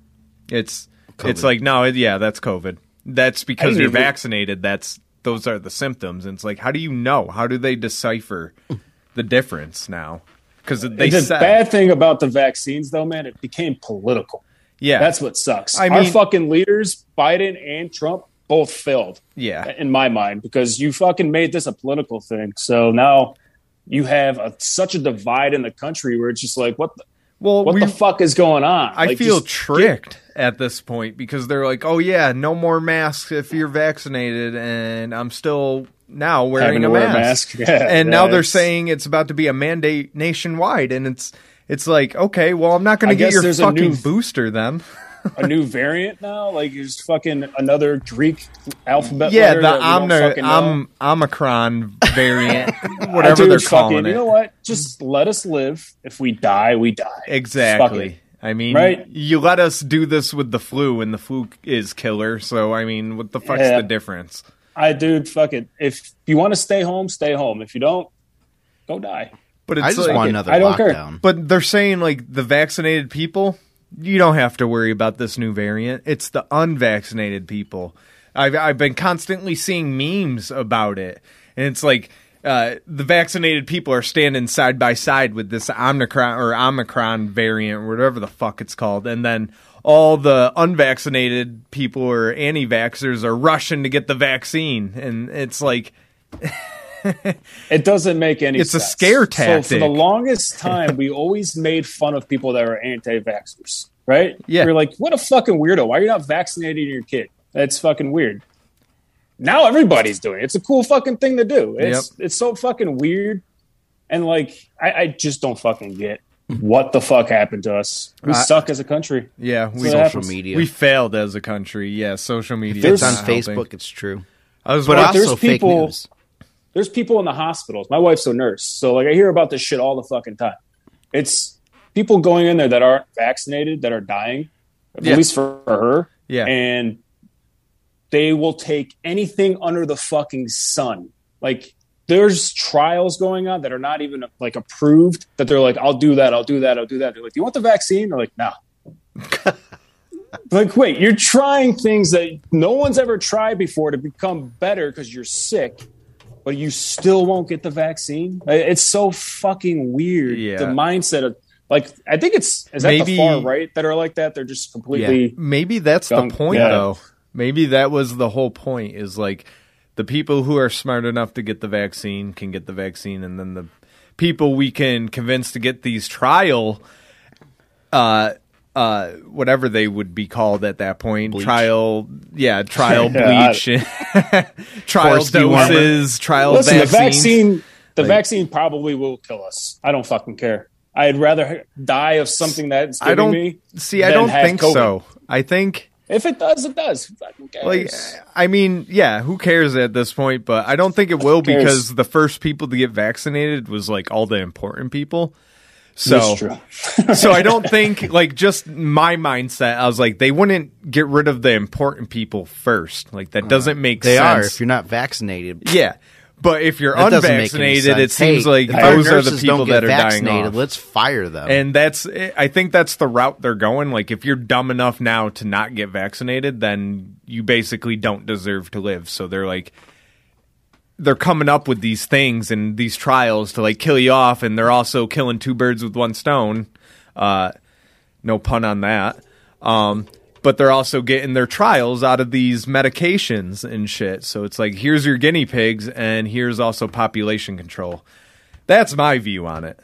Speaker 3: It's it's
Speaker 6: COVID.
Speaker 3: like no, it, yeah, that's COVID. That's because
Speaker 5: didn't
Speaker 3: you're
Speaker 5: even-
Speaker 3: vaccinated. That's those are the symptoms. And it's like, how do you know? How do they decipher the difference now? Because they
Speaker 5: the
Speaker 3: said,
Speaker 5: bad thing about the vaccines, though, man, it became political.
Speaker 3: yeah,
Speaker 5: That's what sucks.
Speaker 3: I
Speaker 5: Our
Speaker 3: mean-
Speaker 5: fucking leaders, Biden and Trump, both failed.
Speaker 3: Yeah.
Speaker 5: In my mind, because you fucking made this a political thing. So now you have a, such a divide in the country where it's just like, what the,
Speaker 3: well.
Speaker 5: what
Speaker 3: we-
Speaker 5: the fuck is going on?
Speaker 3: I
Speaker 5: Like,
Speaker 3: feel
Speaker 5: just
Speaker 3: tricked at this point because they're like, oh yeah, no more masks if you're vaccinated, and I'm still now wearing
Speaker 5: having
Speaker 3: a,
Speaker 5: to wear a
Speaker 3: mask.
Speaker 5: mask. Yeah,
Speaker 3: and
Speaker 5: yeah,
Speaker 3: now they're
Speaker 5: it's-
Speaker 3: saying it's about to be a mandate nationwide, and it's it's like, okay, well, I'm not going
Speaker 5: I
Speaker 3: to get
Speaker 5: guess
Speaker 3: your
Speaker 5: there's a
Speaker 3: fucking
Speaker 5: new-
Speaker 3: booster then.
Speaker 5: a new variant now. Like there's fucking another Greek alphabet.
Speaker 3: yeah,
Speaker 5: letter
Speaker 3: the
Speaker 5: that we don't
Speaker 3: Omni-
Speaker 5: fucking know.
Speaker 3: Om- Omicron variant,
Speaker 5: Dude,
Speaker 3: whatever they're
Speaker 5: fucking-
Speaker 3: calling
Speaker 5: You know
Speaker 3: it.
Speaker 5: what? Just let us live. If we die, we die. Fuck it.
Speaker 3: Exactly. I mean,
Speaker 5: Right?
Speaker 3: you let us do this with the flu, and the flu is killer. So, I mean, what the fuck's
Speaker 5: Yeah.
Speaker 3: the difference?
Speaker 5: I dude, fuck it. If you want to stay home, stay home. If you don't, go die.
Speaker 3: But it's
Speaker 6: I just
Speaker 3: like,
Speaker 6: want another
Speaker 5: I don't care.
Speaker 6: lockdown.
Speaker 3: But they're saying like the vaccinated people, you don't have to worry about this new variant. It's the unvaccinated people. I've I've been constantly seeing memes about it, and it's like uh, the vaccinated people are standing side by side with this Omicron or Omicron variant, or whatever the fuck it's called, and then all the unvaccinated people or anti-vaxxers are rushing to get the vaccine, and it's like
Speaker 5: It doesn't make any
Speaker 3: It's a
Speaker 5: sense.
Speaker 3: scare
Speaker 5: So
Speaker 3: tactic.
Speaker 5: for the longest time, we always made fun of people that were anti-vaxxers, right?
Speaker 3: Yeah.
Speaker 5: We're like, what a fucking weirdo. Why are you not vaccinating your kid? That's fucking weird. Now everybody's doing it. It's a cool fucking thing to do. It's it's so fucking weird. And like I, I just don't fucking get what the fuck happened to us. We suck as a country.
Speaker 3: yeah, we
Speaker 5: So that-
Speaker 6: Social media.
Speaker 3: we failed as a country. Yeah, social media.
Speaker 6: it's
Speaker 3: is
Speaker 6: on
Speaker 3: not
Speaker 6: Facebook.
Speaker 3: helping.
Speaker 6: It's true.
Speaker 3: I was
Speaker 6: But
Speaker 3: watching-
Speaker 6: also
Speaker 5: there's
Speaker 6: fake
Speaker 5: people-
Speaker 6: news.
Speaker 5: there's people in the hospitals. My wife's a nurse, so like I hear about this shit all the fucking time. It's people going in there that aren't vaccinated that are dying,
Speaker 3: Yeah.
Speaker 5: at least for, for her.
Speaker 3: Yeah.
Speaker 5: and they will take anything under the fucking sun. Like there's trials going on that are not even like approved. That they're like, I'll do that, I'll do that, I'll do that. They're like, Do you want the vaccine? They're like, Nah. like wait you're trying things that no one's ever tried before to become better because you're sick but you still won't get the vaccine I- it's so fucking weird
Speaker 3: Yeah.
Speaker 5: the mindset of like i think it's is that
Speaker 3: Maybe-
Speaker 5: the far right that are like that they're just completely
Speaker 3: maybe that's
Speaker 5: Gunk,
Speaker 3: the point
Speaker 5: yeah.
Speaker 3: though maybe that was the whole point is like the people who are smart enough to get the vaccine can get the vaccine and then the people we can convince to get these trial uh uh, whatever they would be called at that point. Trial, yeah, trial
Speaker 5: Yeah, I-
Speaker 3: bleach, trial
Speaker 6: Forced dewormer.
Speaker 3: doses, trial
Speaker 5: Listen,
Speaker 3: vaccines.
Speaker 5: the vaccine, the
Speaker 3: Like-
Speaker 5: vaccine probably will kill us. I don't fucking care. I'd rather die of something that's giving
Speaker 3: I don't
Speaker 5: me.
Speaker 3: see. I
Speaker 5: than
Speaker 3: don't
Speaker 5: have
Speaker 3: think
Speaker 5: COVID.
Speaker 3: so. I think
Speaker 5: If it does, it does. Who fucking cares?
Speaker 3: like I mean, yeah, who cares at this point? But I don't think it will
Speaker 5: cares?
Speaker 3: because the first people to get vaccinated was like all the important people. So
Speaker 5: That's true.
Speaker 3: so I don't think like just my mindset. I was like, they wouldn't get rid of the important people first. Like
Speaker 5: Uh,
Speaker 3: that doesn't make
Speaker 6: They are
Speaker 3: sense.
Speaker 6: if you're not vaccinated.
Speaker 3: yeah, but if you're
Speaker 6: That doesn't make any
Speaker 3: unvaccinated, it
Speaker 6: sense.
Speaker 3: seems
Speaker 6: Hey,
Speaker 3: like
Speaker 6: if our
Speaker 3: those are the
Speaker 6: nurses don't
Speaker 3: people
Speaker 6: get
Speaker 3: that are dying
Speaker 6: vaccinated,
Speaker 3: off.
Speaker 6: Let's fire them.
Speaker 3: And that's I think that's the route they're going. Like if you're dumb enough now to not get vaccinated, then you basically don't deserve to live. So they're like they're coming up with these things and these trials to like kill you off and they're also killing two birds with one stone. Uh no pun on that. Um but they're also getting their trials out of these medications and shit. So it's like here's your guinea pigs and here's also population control. That's my view on it.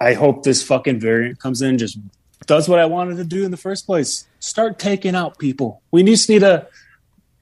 Speaker 5: I hope this fucking variant comes in and just does what I wanted to do in the first place. Start taking out people. We just need a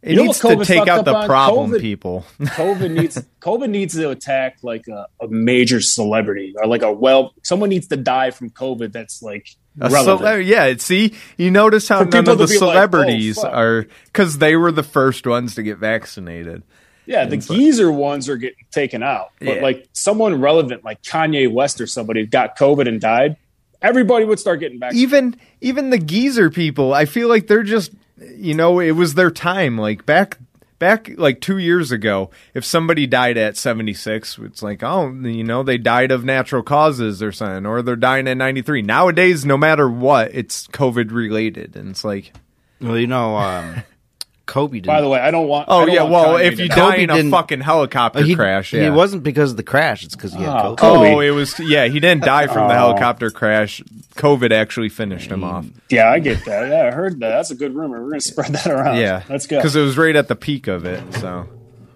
Speaker 3: It
Speaker 5: You know
Speaker 3: needs
Speaker 5: what
Speaker 3: to
Speaker 5: COVID
Speaker 3: take
Speaker 5: fucked
Speaker 3: out
Speaker 5: up
Speaker 3: the
Speaker 5: on?
Speaker 3: problem
Speaker 5: COVID.
Speaker 3: people.
Speaker 5: COVID needs COVID needs to attack like a, a major celebrity or like a well someone needs to die from COVID that's like
Speaker 3: A
Speaker 5: relevant.
Speaker 3: cele- yeah, it- see, you notice how
Speaker 5: For
Speaker 3: none
Speaker 5: people
Speaker 3: of the
Speaker 5: to be like, "Oh,
Speaker 3: celebrities
Speaker 5: fuck."
Speaker 3: are because they were the first ones to get vaccinated.
Speaker 5: yeah, the geezer ones are getting taken out, but
Speaker 3: Yeah.
Speaker 5: like someone relevant like Kanye West or somebody got COVID and died. Everybody would start getting back.
Speaker 3: Even even the geezer people, I feel like they're just you know it was their time. Like back back like two years ago, if somebody died at seventy six, it's like oh you know they died of natural causes or something, or they're dying at ninety three. Nowadays, no matter what, it's COVID related, and it's like
Speaker 6: well, you know, um, Kobe didn't.
Speaker 5: By the way, I don't want. I
Speaker 3: oh
Speaker 5: don't
Speaker 3: yeah,
Speaker 5: want
Speaker 3: well
Speaker 5: Kanye
Speaker 3: if
Speaker 5: to
Speaker 3: you
Speaker 5: die.
Speaker 3: die
Speaker 6: Kobe
Speaker 3: in a
Speaker 6: didn't-
Speaker 3: fucking helicopter
Speaker 6: Uh, he,
Speaker 3: crash,
Speaker 6: and
Speaker 3: yeah.
Speaker 6: It wasn't because of the crash. It's because he had
Speaker 5: Oh,
Speaker 6: COVID.
Speaker 5: Kobe.
Speaker 3: Oh, it was yeah. He didn't die from the
Speaker 5: Oh. Mm,
Speaker 3: helicopter crash. COVID actually finished him off.
Speaker 5: Yeah, I get that. Yeah, I heard that. That's a good rumor. We're gonna spread that around.
Speaker 3: Yeah,
Speaker 5: let's go.
Speaker 3: Because it was right at the peak of it. So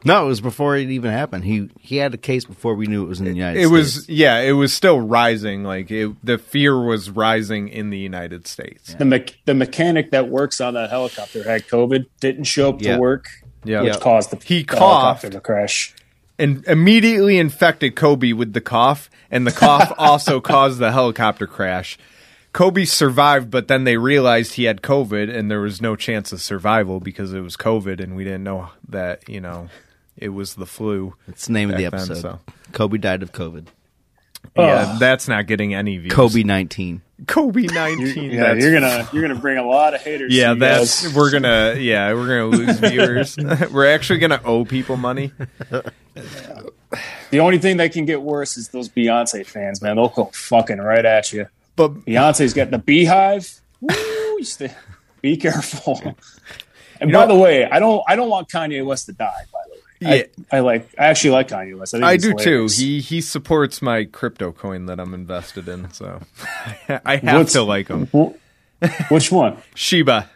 Speaker 6: No, it was before it even happened. He he had a case before we knew it was in the United
Speaker 3: it
Speaker 6: States.
Speaker 3: was yeah. It was still rising. Like it, the fear was rising in the United States.
Speaker 5: the mech the mechanic that works on that helicopter had COVID, didn't show up
Speaker 6: Yeah.
Speaker 5: to work,
Speaker 3: Yeah.
Speaker 5: which
Speaker 3: Yeah.
Speaker 5: caused the,
Speaker 3: He
Speaker 5: the helicopter
Speaker 3: coughed.
Speaker 5: to crash.
Speaker 3: And immediately infected Kobe with the cough, and the cough also caused the helicopter crash. Kobe survived, but then they realized he had COVID, and there was no chance of survival because it was COVID, and we didn't know that you know it was the flu.
Speaker 6: It's the name of the
Speaker 3: back then,
Speaker 6: episode.
Speaker 3: so.
Speaker 6: Kobe died of COVID.
Speaker 3: Yeah, that's not getting any views.
Speaker 6: Kobe nineteen.
Speaker 3: Kobe nineteen.
Speaker 5: Yeah,
Speaker 3: that's,
Speaker 5: you're gonna you're gonna bring a lot of haters.
Speaker 3: Yeah,
Speaker 5: to you guys.
Speaker 3: that's we're gonna. Yeah, we're gonna lose viewers. we're actually gonna owe people money.
Speaker 5: the only thing that can get worse is those Beyonce fans, man. They'll go fucking right at you.
Speaker 3: But
Speaker 5: Beyonce's got the beehive. Woo, you stay- be careful. And
Speaker 3: know-
Speaker 5: by the way, I don't I don't want Kanye West to die. By the way, I-
Speaker 3: Yeah.
Speaker 5: I, like I actually like Kanye West. I, think
Speaker 3: I
Speaker 5: he's
Speaker 3: do too.
Speaker 5: hilarious.
Speaker 3: He he supports my crypto coin that I'm invested in, so I have
Speaker 5: What's-
Speaker 3: to like him.
Speaker 5: Which one?
Speaker 3: Shiba.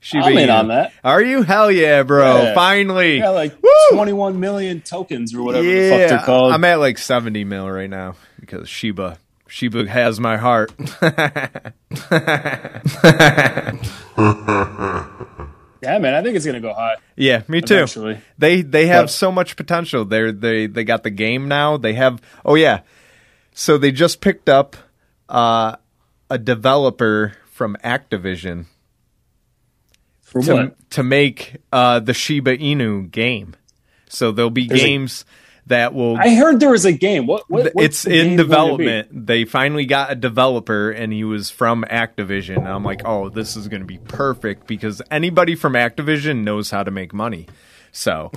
Speaker 3: Shiba
Speaker 5: I'm in
Speaker 3: Inu.
Speaker 5: on that.
Speaker 3: Are you? Hell yeah, bro!
Speaker 5: Yeah.
Speaker 3: Finally,
Speaker 5: Yeah, like
Speaker 3: Woo!
Speaker 5: 21 million tokens or whatever
Speaker 3: yeah,
Speaker 5: the fuck they're called.
Speaker 3: I'm at like seventy mil right now because Shiba Shiba has my heart.
Speaker 5: yeah, man, I think it's going to go high.
Speaker 3: Yeah, me too.
Speaker 5: Eventually.
Speaker 3: They they have
Speaker 5: But-
Speaker 3: so much potential. They they they got the game now. They have oh yeah. So they just picked up uh, a developer from Activision
Speaker 5: For
Speaker 3: to
Speaker 5: what?
Speaker 3: to make uh, the Shiba Inu game. So there'll be
Speaker 5: There's a-
Speaker 3: games that will
Speaker 5: I heard there was a game. What? what what's
Speaker 3: it's
Speaker 5: the
Speaker 3: in
Speaker 5: game going to be?
Speaker 3: development. They finally got a developer, and he was from Activision. And I'm like, oh, this is going to be perfect because anybody from Activision knows how to make money. So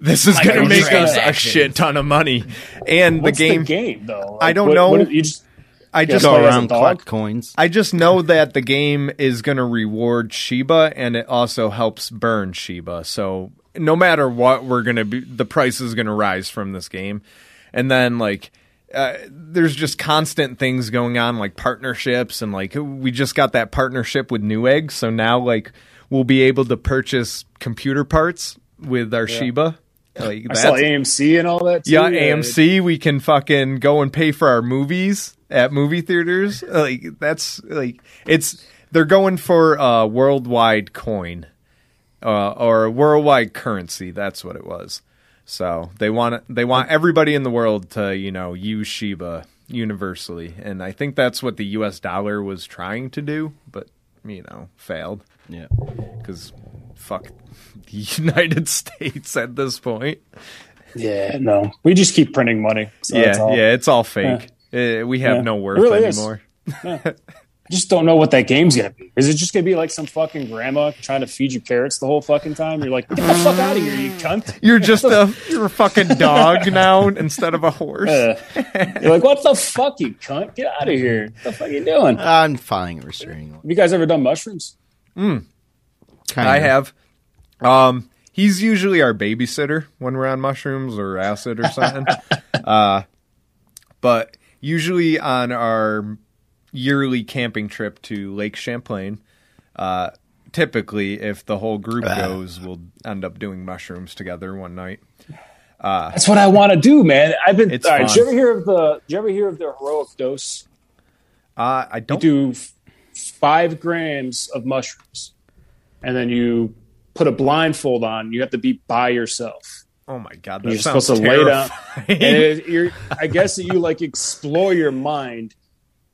Speaker 3: this is going to make us a
Speaker 6: Microtransactions.
Speaker 3: shit ton of money. And
Speaker 5: What's
Speaker 3: the game,
Speaker 5: game though?
Speaker 3: I don't
Speaker 5: what-
Speaker 3: know.
Speaker 5: what- you just-
Speaker 3: I just
Speaker 5: Go
Speaker 6: Go
Speaker 5: Play as a
Speaker 6: around
Speaker 5: dog?
Speaker 6: collect coins.
Speaker 3: I just know that the game is going to reward Shiba, and it also helps burn Shiba. So no matter what, we're going to be the price is going to rise from this game, and then like. Uh, there's just constant things going on like partnerships and like we just got that partnership with Newegg so now like we'll be able to purchase computer parts with our Shiba Like
Speaker 5: I
Speaker 3: that's,
Speaker 5: saw AMC and all that. Too.
Speaker 3: yeah, AMC. We can fucking go and pay for our movies at movie theaters. Like that's like it's they're going for a worldwide coin uh, or a worldwide currency. That's what it was. So they want they want everybody in the world to you know use Shiba universally, and I think that's what the U.S. dollar was trying to do, but you know failed
Speaker 6: Yeah.
Speaker 3: because fuck the United States at this point.
Speaker 5: Yeah, no, we just keep printing money. So that's
Speaker 3: yeah,
Speaker 5: all.
Speaker 3: yeah, it's all fake. Uh, we have
Speaker 5: Yeah.
Speaker 3: no
Speaker 5: It
Speaker 3: worth
Speaker 5: really is.
Speaker 3: anymore.
Speaker 5: just don't know what that game's gonna be. Is it just gonna be like some fucking grandma trying to feed you carrots the whole fucking time? You're like, get the fuck out of here, you cunt.
Speaker 3: You're just a you're a fucking dog now instead of a horse.
Speaker 5: Uh, you're like, what the fuck, you cunt? Get out of here. What the fuck you doing? Have
Speaker 6: I'm fine with restraining order.
Speaker 5: you guys ever done mushrooms?
Speaker 6: Kind
Speaker 3: I have. Um, he's usually our babysitter when we're on mushrooms or acid or something. uh, but usually on our yearly camping trip to Lake Champlain, uh, typically if the whole group
Speaker 5: Ah.
Speaker 3: goes, we'll end up doing mushrooms together one night.
Speaker 5: That's what I want to do, man. I've been.
Speaker 3: It's
Speaker 5: all right,
Speaker 3: fun.
Speaker 5: did you ever hear of the? Did you ever hear of the heroic dose?
Speaker 3: Uh, I don't.
Speaker 5: do f- five grams of mushrooms, and then you put a blindfold on. You have to be by yourself.
Speaker 3: Oh my god, that
Speaker 5: You're
Speaker 3: sounds
Speaker 5: supposed to lay down. And it, you're, I guess that you like explore your mind,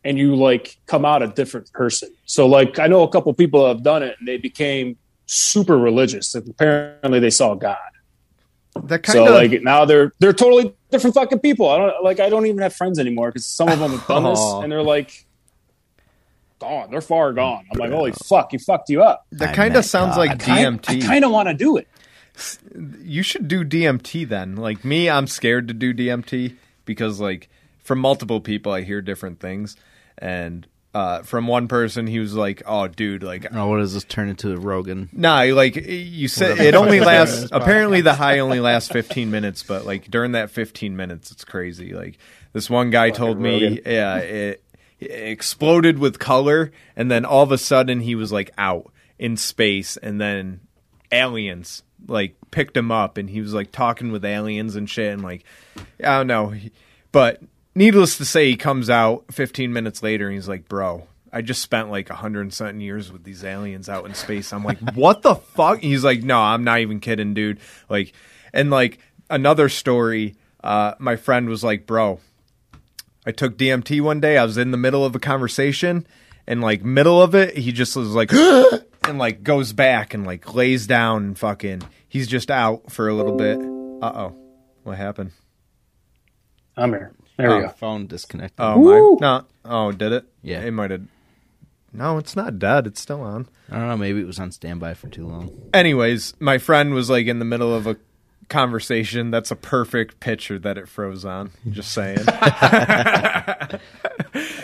Speaker 5: and you like come out a different person. So like I know a couple people have done it, and they became super religious. Apparently, they saw God.
Speaker 3: that kind
Speaker 5: So
Speaker 3: of
Speaker 5: like now they're they're totally different fucking people. I don't like I don't even have friends anymore because some of them have done this
Speaker 3: Aw.
Speaker 5: and they're like gone. They're far gone. I'm like, holy fuck, you fucked you up.
Speaker 3: that
Speaker 6: I
Speaker 3: kind
Speaker 6: met
Speaker 3: of sounds
Speaker 6: God.
Speaker 3: like
Speaker 5: I-
Speaker 3: DMT.
Speaker 5: I, kind of want to do it.
Speaker 3: you should do DMT then. Like me, I'm scared to do DMT because like from multiple people I hear different things and uh from one person he was like, "Oh dude, like
Speaker 6: of. Oh, what does this turn into? Rogan.
Speaker 3: Nah, like you said, it only lasts. Apparently, the high only lasts 15 minutes, but like during that 15 minutes, it's crazy. Like this one guy told me,
Speaker 5: Rogan.
Speaker 3: yeah, it, it exploded with color, and then all of a sudden he was like out in space, and then aliens like picked him up, and he was like talking with aliens and shit, and like I don't know, he- but needless to say, he comes out 15 minutes later and he's like, bro, I just spent like 100 and something years with these aliens out in space. I'm like, what the fuck? He's like, no, I'm not even kidding, dude. Like, and like another story, uh, my friend was like, bro, I took DMT one day. I was in the middle of a conversation, and like middle of it, he just was like, and like goes back and like lays down and fucking. He's just out for a little bit. Uh oh, what happened?
Speaker 5: I'm here. There we
Speaker 6: Oh,
Speaker 5: go.
Speaker 6: phone disconnected.
Speaker 3: Oh
Speaker 5: Woo!
Speaker 3: my! No. Oh, did it?
Speaker 6: Yeah.
Speaker 3: It might have. No, it's not dead. It's still on.
Speaker 6: I don't know. Maybe it was on standby for too long.
Speaker 3: Anyways, my friend was like in the middle of a conversation. That's a perfect picture that it froze on. Just saying.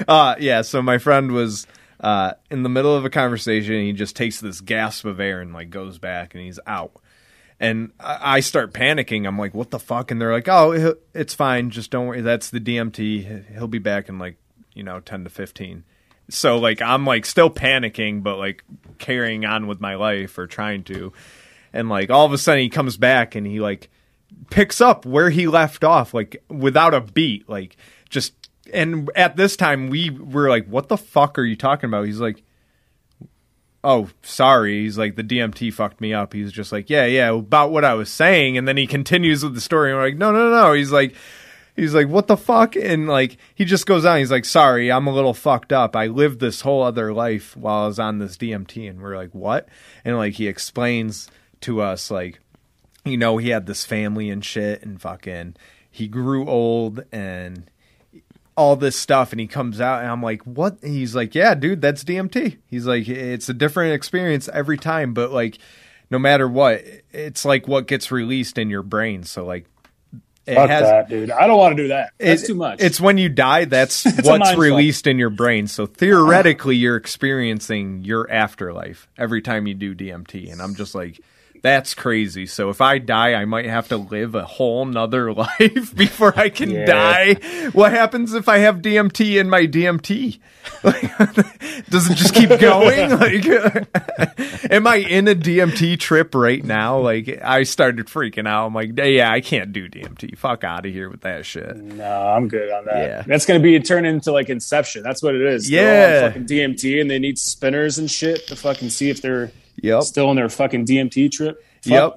Speaker 3: uh, yeah. So my friend was uh, in the middle of a conversation. And he just takes this gasp of air and like goes back and he's out. And I I start panicking. I'm like, "What the fuck?" And they're like, "Oh, it- it's fine. Just don't worry. That's the DMT. He'll be back in like you know 10 to 15." So like I'm like still panicking, but like carrying on with my life or trying to. And like all of a sudden he comes back and he like picks up where he left off, like without a beat, like just. And at this time, we were like, "What the fuck are you talking about?" He's like, "Oh, sorry." He's like, "The DMT fucked me up." He's just like, "Yeah, yeah," about what I was saying, and then he continues with the story. And we're like, "No, no, no." He's like. He's like, what the fuck? And like, he just goes on. He's like, sorry, I'm a little fucked up. I lived this whole other life while I was on this DMT. And we're like, what? And like, he explains to us, like, you know, he had this family and shit and fucking he grew old and all this stuff and he comes out and I'm like, "What?" And he's like, "Yeah, dude, that's DMT." He's like, "It's a different experience every time, but like no matter what, it's like what gets released in your brain." So like it
Speaker 5: Fuck that, dude. I don't want to do that. That's
Speaker 3: it-
Speaker 5: too much.
Speaker 3: It's when you die. That's
Speaker 5: a
Speaker 3: what's
Speaker 5: mind fuck.
Speaker 3: released in your brain. So theoretically, you're experiencing your afterlife every time you do DMT. And I'm just like, That's crazy. So if I die, I might have to live a whole nother life before I can
Speaker 5: Yeah.
Speaker 3: die. What happens if I have DMT in my DMT? Like, does it just keep going? Like, am I in a DMT trip right now? Like, I started freaking out. I'm like, yeah, I can't do DMT. Fuck out of here with that shit.
Speaker 5: No, I'm good on that.
Speaker 6: Yeah.
Speaker 5: That's gonna be turned into like Inception. That's what it is. They're all
Speaker 3: Yeah.
Speaker 5: on fucking DMT and they need spinners and shit to fucking see if they're
Speaker 3: Yep.
Speaker 5: still in their fucking DMT trip. Fuck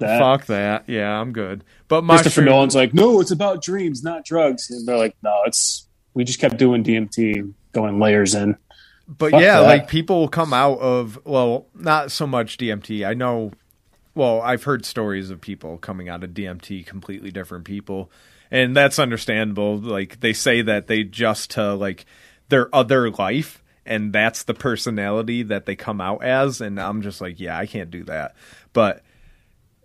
Speaker 3: yep.
Speaker 5: that.
Speaker 3: Fuck that. Yeah, I'm good. But
Speaker 5: Christopher
Speaker 3: mushroom.
Speaker 5: Nolan's like, no, it's about dreams, not drugs. And they're like, no, it's we just kept doing DMT, going layers in.
Speaker 3: But
Speaker 5: Fuck
Speaker 3: yeah,
Speaker 5: that.
Speaker 3: like people will come out of well, not so much DMT. I know well, I've heard stories of people coming out of DMT completely different people. And that's understandable. Like they say that they just to like their other life and that's the personality that they come out as and I'm just like, yeah, I can't do that. But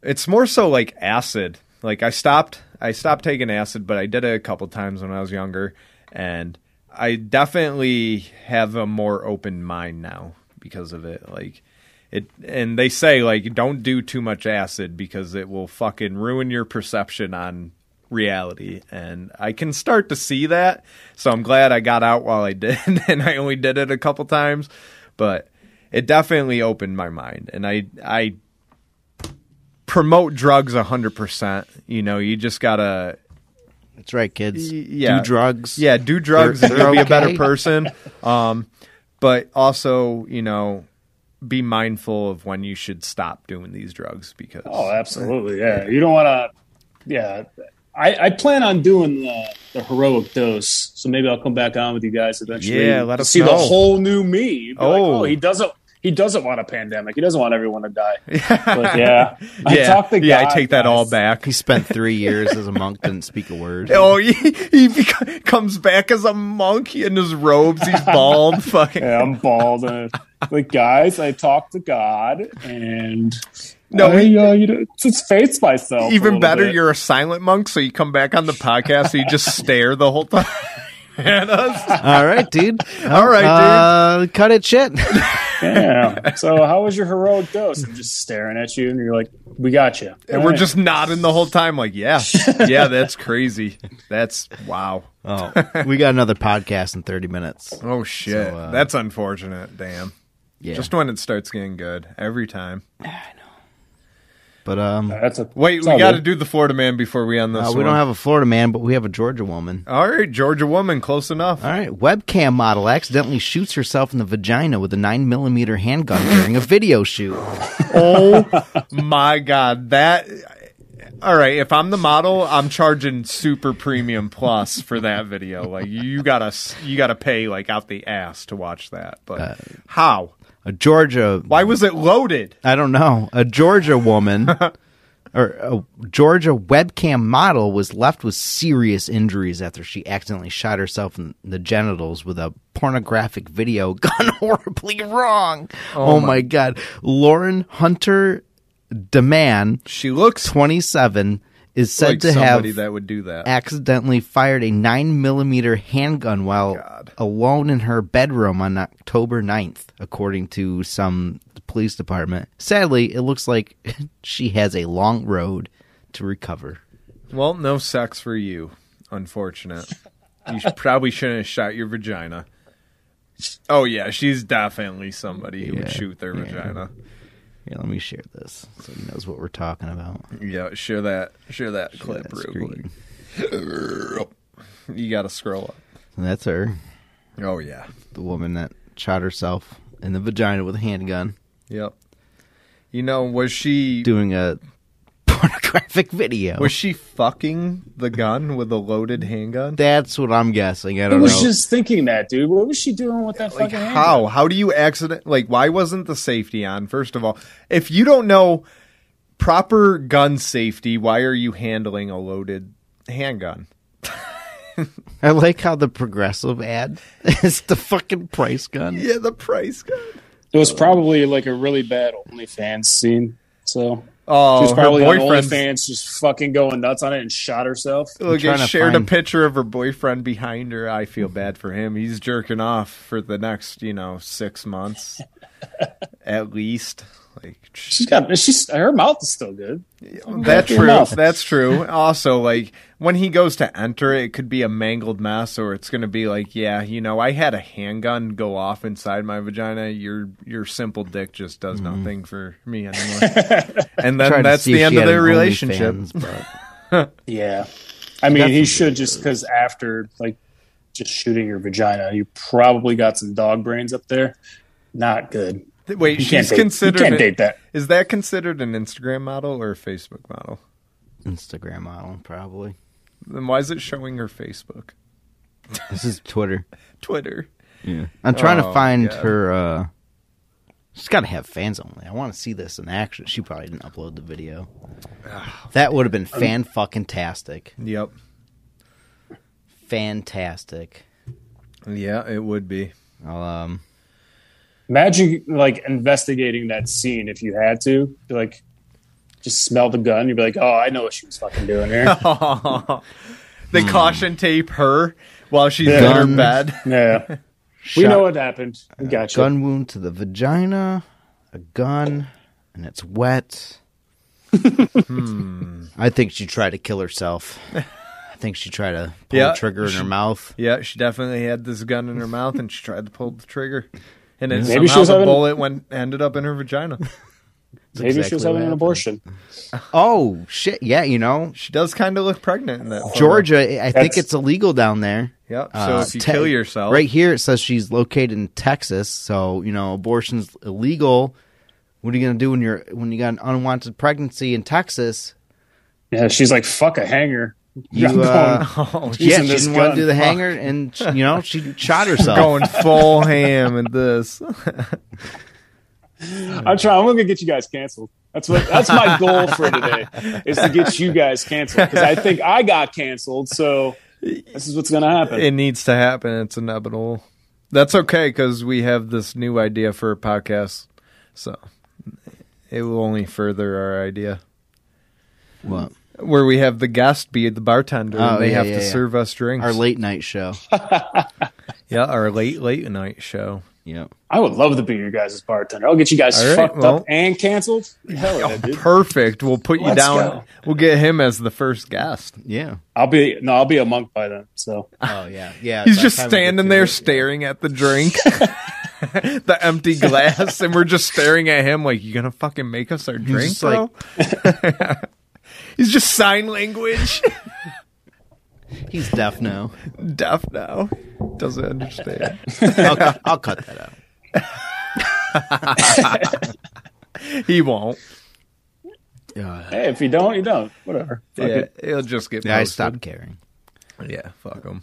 Speaker 3: it's more so like acid. Like I stopped I stopped taking acid, but I did it a couple times when I was younger and I definitely have a more open mind now because of it. Like it and they say like don't do too much acid because it will fucking ruin your perception on reality and I can start to see that. So I'm glad I got out while I did and I only did it a couple times, but it definitely opened my mind and I I promote drugs 100%. You know, you just got to
Speaker 6: That's right, kids.
Speaker 3: Y- yeah.
Speaker 6: Do drugs.
Speaker 3: yeah, do drugs
Speaker 6: They're-
Speaker 3: and you'll be a
Speaker 6: they're
Speaker 3: better
Speaker 6: okay.
Speaker 3: person. Um, but also, you know, be mindful of when you should stop doing these drugs because
Speaker 5: Oh, absolutely. Yeah. You don't want to. Yeah. I, I plan on doing the, the heroic dose. So maybe I'll come back on with you guys eventually.
Speaker 3: Yeah, let
Speaker 5: to
Speaker 3: us
Speaker 5: see the
Speaker 3: know.
Speaker 5: whole new me. You'd be like,
Speaker 3: Oh.
Speaker 5: oh, he doesn't. He doesn't want a pandemic. He doesn't want everyone to die. But yeah, I
Speaker 3: yeah,
Speaker 5: talked to
Speaker 3: yeah, I
Speaker 5: God,
Speaker 3: take that all
Speaker 5: guys.
Speaker 3: back.
Speaker 6: He spent three years as a monk, didn't speak a word.
Speaker 3: Oh, he, he bec- comes back as a monk in his robes. He's bald. Fucking
Speaker 5: Yeah, I'm bald. And, like guys, I talked to God, and
Speaker 3: No,
Speaker 5: I,
Speaker 3: he-
Speaker 5: uh, you know, just face myself. a
Speaker 3: even
Speaker 5: little
Speaker 3: better.
Speaker 5: bit.
Speaker 3: You're a silent monk, so you come back on the podcast. so you just stare the whole time at us.
Speaker 6: All right, dude.
Speaker 3: All right, dude.
Speaker 6: Uh, cut it, shit.
Speaker 5: Yeah. So how was your heroic dose? I'm just staring at you, and you're like, "We got you."
Speaker 3: And we're just nodding the whole time, like, yeah, yeah, that's crazy. That's wow.
Speaker 6: oh, we got another podcast in 30 minutes.
Speaker 3: Oh shit,
Speaker 6: So, uh,
Speaker 3: that's unfortunate. Damn.
Speaker 6: Yeah.
Speaker 3: Just when it starts getting good, every time.
Speaker 6: but um, uh,
Speaker 5: That's a
Speaker 3: Wait,
Speaker 5: it's
Speaker 3: we
Speaker 5: all
Speaker 3: got to
Speaker 5: good.
Speaker 3: do the Florida man before we end this.
Speaker 6: we don't have a Florida man, but we have a Georgia woman.
Speaker 3: All right, Georgia woman, close enough.
Speaker 6: All right, webcam model accidentally shoots herself in the vagina with a 9mm handgun during a video shoot.
Speaker 3: Oh my god, that. All right, if I'm the model, I'm charging super premium plus for that video. Like you gotta, s- you gotta pay like out the ass to watch that. But
Speaker 6: Uh,
Speaker 3: how?
Speaker 6: A Georgia
Speaker 3: Why was it loaded?
Speaker 6: I don't know. A Georgia woman or a Georgia webcam model was left with serious injuries after she accidentally shot herself in the genitals with a pornographic video gone horribly wrong. Oh, my. god. Lauren Hunter DeMann,
Speaker 3: She looks
Speaker 6: 27, is said
Speaker 3: like
Speaker 6: to have
Speaker 3: somebody that would do that.
Speaker 6: accidentally fired a 9mm handgun while alone in her bedroom on October 9th, according to some police department. Sadly, it looks like she has a long road to recover.
Speaker 3: Well, no sex for you. Unfortunate. You sh- probably shouldn't have shot your vagina. Oh yeah, she's definitely somebody who
Speaker 6: Yeah,
Speaker 3: would shoot their vagina.
Speaker 6: Here, let me share this so he knows what we're talking about.
Speaker 3: Yeah, share that. Share that clip
Speaker 6: That
Speaker 3: real
Speaker 6: screen.
Speaker 3: quick. You got to scroll up.
Speaker 6: And that's her,
Speaker 3: Oh yeah.
Speaker 6: the woman that shot herself in the vagina with a handgun
Speaker 3: Yep. You know, was she
Speaker 6: doing a pornographic video.
Speaker 3: was she fucking the gun with a loaded handgun?
Speaker 6: that's what I'm guessing. I
Speaker 5: I
Speaker 6: don't
Speaker 5: was
Speaker 6: know.
Speaker 5: just thinking that, dude. What was she doing with that
Speaker 3: like
Speaker 5: fucking? hand?
Speaker 3: how how do you accident like why wasn't the safety on first of all if you don't know proper gun safety why are you handling a loaded handgun
Speaker 6: I like how the progressive ad is the fucking price gun.
Speaker 3: yeah the price gun
Speaker 5: It was probably like a really bad OnlyFans scene. So she
Speaker 3: oh
Speaker 5: was
Speaker 3: her
Speaker 5: probably on
Speaker 3: boyfriend
Speaker 5: OnlyFans, just fucking going nuts on it and shot herself.
Speaker 3: look
Speaker 6: trying
Speaker 3: it
Speaker 6: to
Speaker 3: shared
Speaker 6: find-
Speaker 3: a picture of her boyfriend behind her i feel bad for him he's jerking off for the next you know six months at least. Like sh-
Speaker 5: She's got she's her mouth is still good.
Speaker 3: that's
Speaker 5: Fucking
Speaker 3: true.
Speaker 5: mouth.
Speaker 3: That's true. Also, like when he goes to enter, it could be a mangled mess, or it's gonna be like, yeah, you know, I had a handgun go off inside my vagina. Your your simple dick just does nothing for me anymore. and then
Speaker 6: Tried Mm-hmm. to
Speaker 3: that's
Speaker 6: see if
Speaker 3: the
Speaker 6: she
Speaker 3: end of
Speaker 6: had
Speaker 3: their
Speaker 6: an
Speaker 3: relationship.
Speaker 6: OnlyFans, but-
Speaker 5: Yeah, I mean he should just because after like just shooting your vagina, you probably got some dog brains up there. Not good.
Speaker 3: Th- Wait,
Speaker 5: You can't
Speaker 3: she's
Speaker 5: date,
Speaker 3: considered.
Speaker 5: You can't
Speaker 3: an-
Speaker 5: date that.
Speaker 3: Is that considered an Instagram model or a Facebook model?
Speaker 6: Instagram model, probably.
Speaker 3: Then why is it showing her Facebook,
Speaker 6: This is Twitter.
Speaker 3: Twitter?
Speaker 6: Yeah. I'm trying
Speaker 3: Oh,
Speaker 6: to find
Speaker 3: God.
Speaker 6: her. uh She's got to have fans only. I want to see this in action. She probably didn't upload the video.
Speaker 3: Ah,
Speaker 6: that would have been fan fucking tastic.
Speaker 3: Yep.
Speaker 6: Fantastic.
Speaker 3: Yeah, it would be.
Speaker 6: I'll, um,
Speaker 5: Imagine like investigating that scene if you had to. Be like, just smell the gun. You'd be like, oh, I know what she was fucking doing here.
Speaker 3: they
Speaker 6: Hmm.
Speaker 3: caution tape her while she's in her
Speaker 6: Guns.
Speaker 3: bed.
Speaker 5: yeah, we
Speaker 6: shot-
Speaker 5: know what happened. We got you.
Speaker 6: gun wound to the vagina, a gun, and it's wet.
Speaker 3: Hmm.
Speaker 6: I think she tried to kill herself. I think she tried to pull
Speaker 3: Yeah,
Speaker 6: the trigger in her mouth.
Speaker 3: Yeah, she definitely had this gun in her mouth and she tried to pull the trigger. And then
Speaker 5: Maybe she
Speaker 3: somehow
Speaker 5: was
Speaker 3: the
Speaker 5: having-
Speaker 3: bullet went ended up in her vagina.
Speaker 5: Maybe she
Speaker 6: exactly
Speaker 5: was
Speaker 6: what
Speaker 5: having an
Speaker 6: happened.
Speaker 5: abortion.
Speaker 6: Oh shit! Yeah, you know
Speaker 3: She does kind of look pregnant in that. photo.
Speaker 6: Georgia. I think
Speaker 5: That's-
Speaker 6: it's illegal down there.
Speaker 3: Yep. So
Speaker 6: Uh,
Speaker 3: if you
Speaker 6: te-
Speaker 3: kill yourself,
Speaker 6: right here it says she's located in Texas, so you know abortion's illegal. What are you gonna do when you're when you got an unwanted pregnancy in Texas?
Speaker 5: Yeah, she's like, fuck a hanger.
Speaker 6: You,
Speaker 5: I'm going-
Speaker 6: uh,
Speaker 3: Oh,
Speaker 5: Using
Speaker 6: yeah, she
Speaker 5: this
Speaker 6: didn't want
Speaker 5: gun.
Speaker 6: to do the hanger, and she- you know she shot herself.
Speaker 3: going full ham in this.
Speaker 5: I'm trying. I'm going to get you guys canceled. That's what. That's my goal for today is to get you guys canceled because I think I got canceled. So this is what's going to happen.
Speaker 3: it needs to happen. It's inevitable. That's okay because we have this new idea for a podcast, so it will only further our idea.
Speaker 6: What?
Speaker 3: Where we have the guest be the bartender,
Speaker 6: Oh,
Speaker 3: and they
Speaker 6: yeah,
Speaker 3: have
Speaker 6: yeah,
Speaker 3: to
Speaker 6: yeah.
Speaker 3: serve us drinks.
Speaker 6: Our late night show.
Speaker 3: yeah, our late late night show.
Speaker 6: yep.
Speaker 5: I would love to be your guys' bartender. I'll get you guys
Speaker 3: All right,
Speaker 5: fucked
Speaker 3: well-
Speaker 5: up and canceled. Hell yeah, dude.
Speaker 3: Perfect. We'll put you
Speaker 5: Let's
Speaker 3: down.
Speaker 5: go.
Speaker 3: We'll get him as the first guest.
Speaker 6: Yeah.
Speaker 5: I'll be no, I'll be a monk by then. So
Speaker 6: Oh yeah. Yeah.
Speaker 3: He's
Speaker 6: by
Speaker 3: just
Speaker 6: the time we get
Speaker 3: standing
Speaker 6: to
Speaker 3: there
Speaker 6: it-
Speaker 3: staring at the drink, the empty glass, and we're just staring at him like, "You gonna fucking make us our drink,
Speaker 6: just
Speaker 3: bro?" He's just sign language.
Speaker 6: He's deaf now.
Speaker 3: deaf now. Doesn't understand.
Speaker 6: I'll, cu- I'll cut that out.
Speaker 3: He won't.
Speaker 6: Yeah.
Speaker 5: hey, if you don't, you don't. Whatever. Fuck
Speaker 3: Yeah,
Speaker 5: it.
Speaker 3: he'll just get.
Speaker 6: I
Speaker 3: posted.
Speaker 6: stopped caring.
Speaker 3: Yeah, fuck him.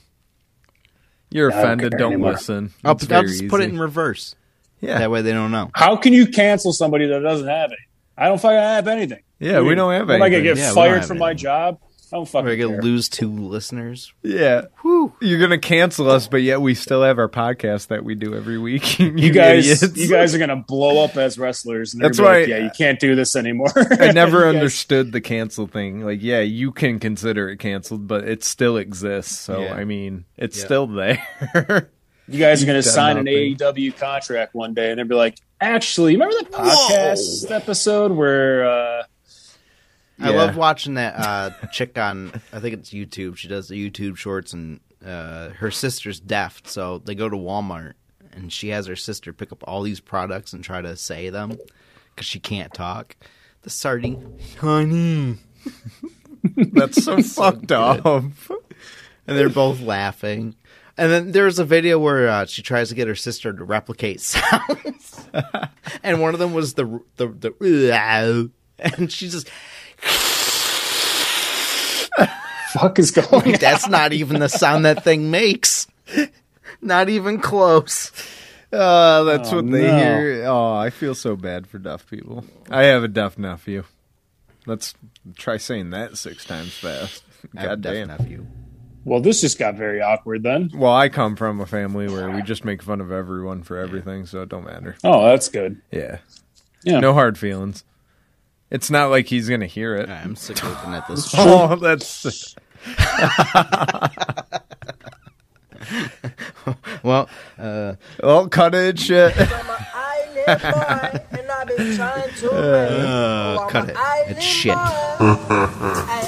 Speaker 3: You're
Speaker 5: I don't
Speaker 3: offended.
Speaker 5: care
Speaker 3: Don't
Speaker 5: anymore.
Speaker 3: listen.
Speaker 6: I'll,
Speaker 3: It's
Speaker 6: I'll
Speaker 3: very
Speaker 6: just put it
Speaker 3: easy.
Speaker 6: in reverse.
Speaker 3: Yeah,
Speaker 6: That way they don't know.
Speaker 5: How can you cancel somebody that doesn't have it? I don't fucking have anything.
Speaker 3: Yeah, we don't have
Speaker 5: Am I gonna
Speaker 3: anything.
Speaker 5: get
Speaker 6: Yeah, we don't
Speaker 5: fired
Speaker 6: have
Speaker 5: from my
Speaker 6: anything.
Speaker 5: job? I don't fucking
Speaker 6: We're gonna
Speaker 5: care.
Speaker 6: lose two listeners.
Speaker 3: yeah. You're gonna cancel us, but yet we still have our podcast that we do every week. you,
Speaker 5: You guys,
Speaker 3: idiots.
Speaker 5: you guys are gonna blow up as wrestlers. And they're
Speaker 3: That's
Speaker 5: gonna be
Speaker 3: right.
Speaker 5: Like, yeah, you can't do this anymore.
Speaker 3: I never
Speaker 5: You guys-
Speaker 3: understood the cancel thing. Like, yeah, you can consider it canceled, but it still exists. So,
Speaker 6: Yeah.
Speaker 3: I mean, it's still there.
Speaker 5: You guys are gonna sign an
Speaker 3: nothing.
Speaker 5: AEW contract one day, and they'll be like, "Actually, you remember that podcast episode where uh,
Speaker 6: I
Speaker 3: Yeah.
Speaker 6: love watching that uh, chick on. I think it's YouTube. She does the YouTube shorts, and uh, her sister's deaf, so they go to Walmart, and she has her sister pick up all these products and try to say them because she can't talk. The sardine, honey,
Speaker 3: That's so fucked up. Uh,
Speaker 6: and they're both laughing. And then there's a video where uh, she tries to get her sister to replicate sounds, and one of them was the the the, and she just
Speaker 5: fuck is going?" on?
Speaker 6: That's not even the sound that thing makes. Not even close.
Speaker 3: Uh, that's what they
Speaker 5: no.
Speaker 3: hear. Oh, I feel so bad for deaf people. I have a deaf nephew. Let's try saying that six times fast. God damn.
Speaker 6: nephew.
Speaker 5: Well, this just got very awkward then.
Speaker 3: Well, I come from a family where we just make fun of everyone for everything, so it don't matter.
Speaker 5: Oh, that's good.
Speaker 3: Yeah.
Speaker 5: Yeah.
Speaker 3: No hard feelings. It's not like he's gonna hear it.
Speaker 6: I'm sick of looking at this.
Speaker 3: Oh, that's
Speaker 6: Well, uh,
Speaker 3: well, cut it, shit.
Speaker 4: From my island island boy, and I've been trying to make.
Speaker 6: Uh,
Speaker 4: oh, I'm
Speaker 6: cut
Speaker 4: an
Speaker 6: it.
Speaker 4: island
Speaker 6: It's shit.
Speaker 4: boy. I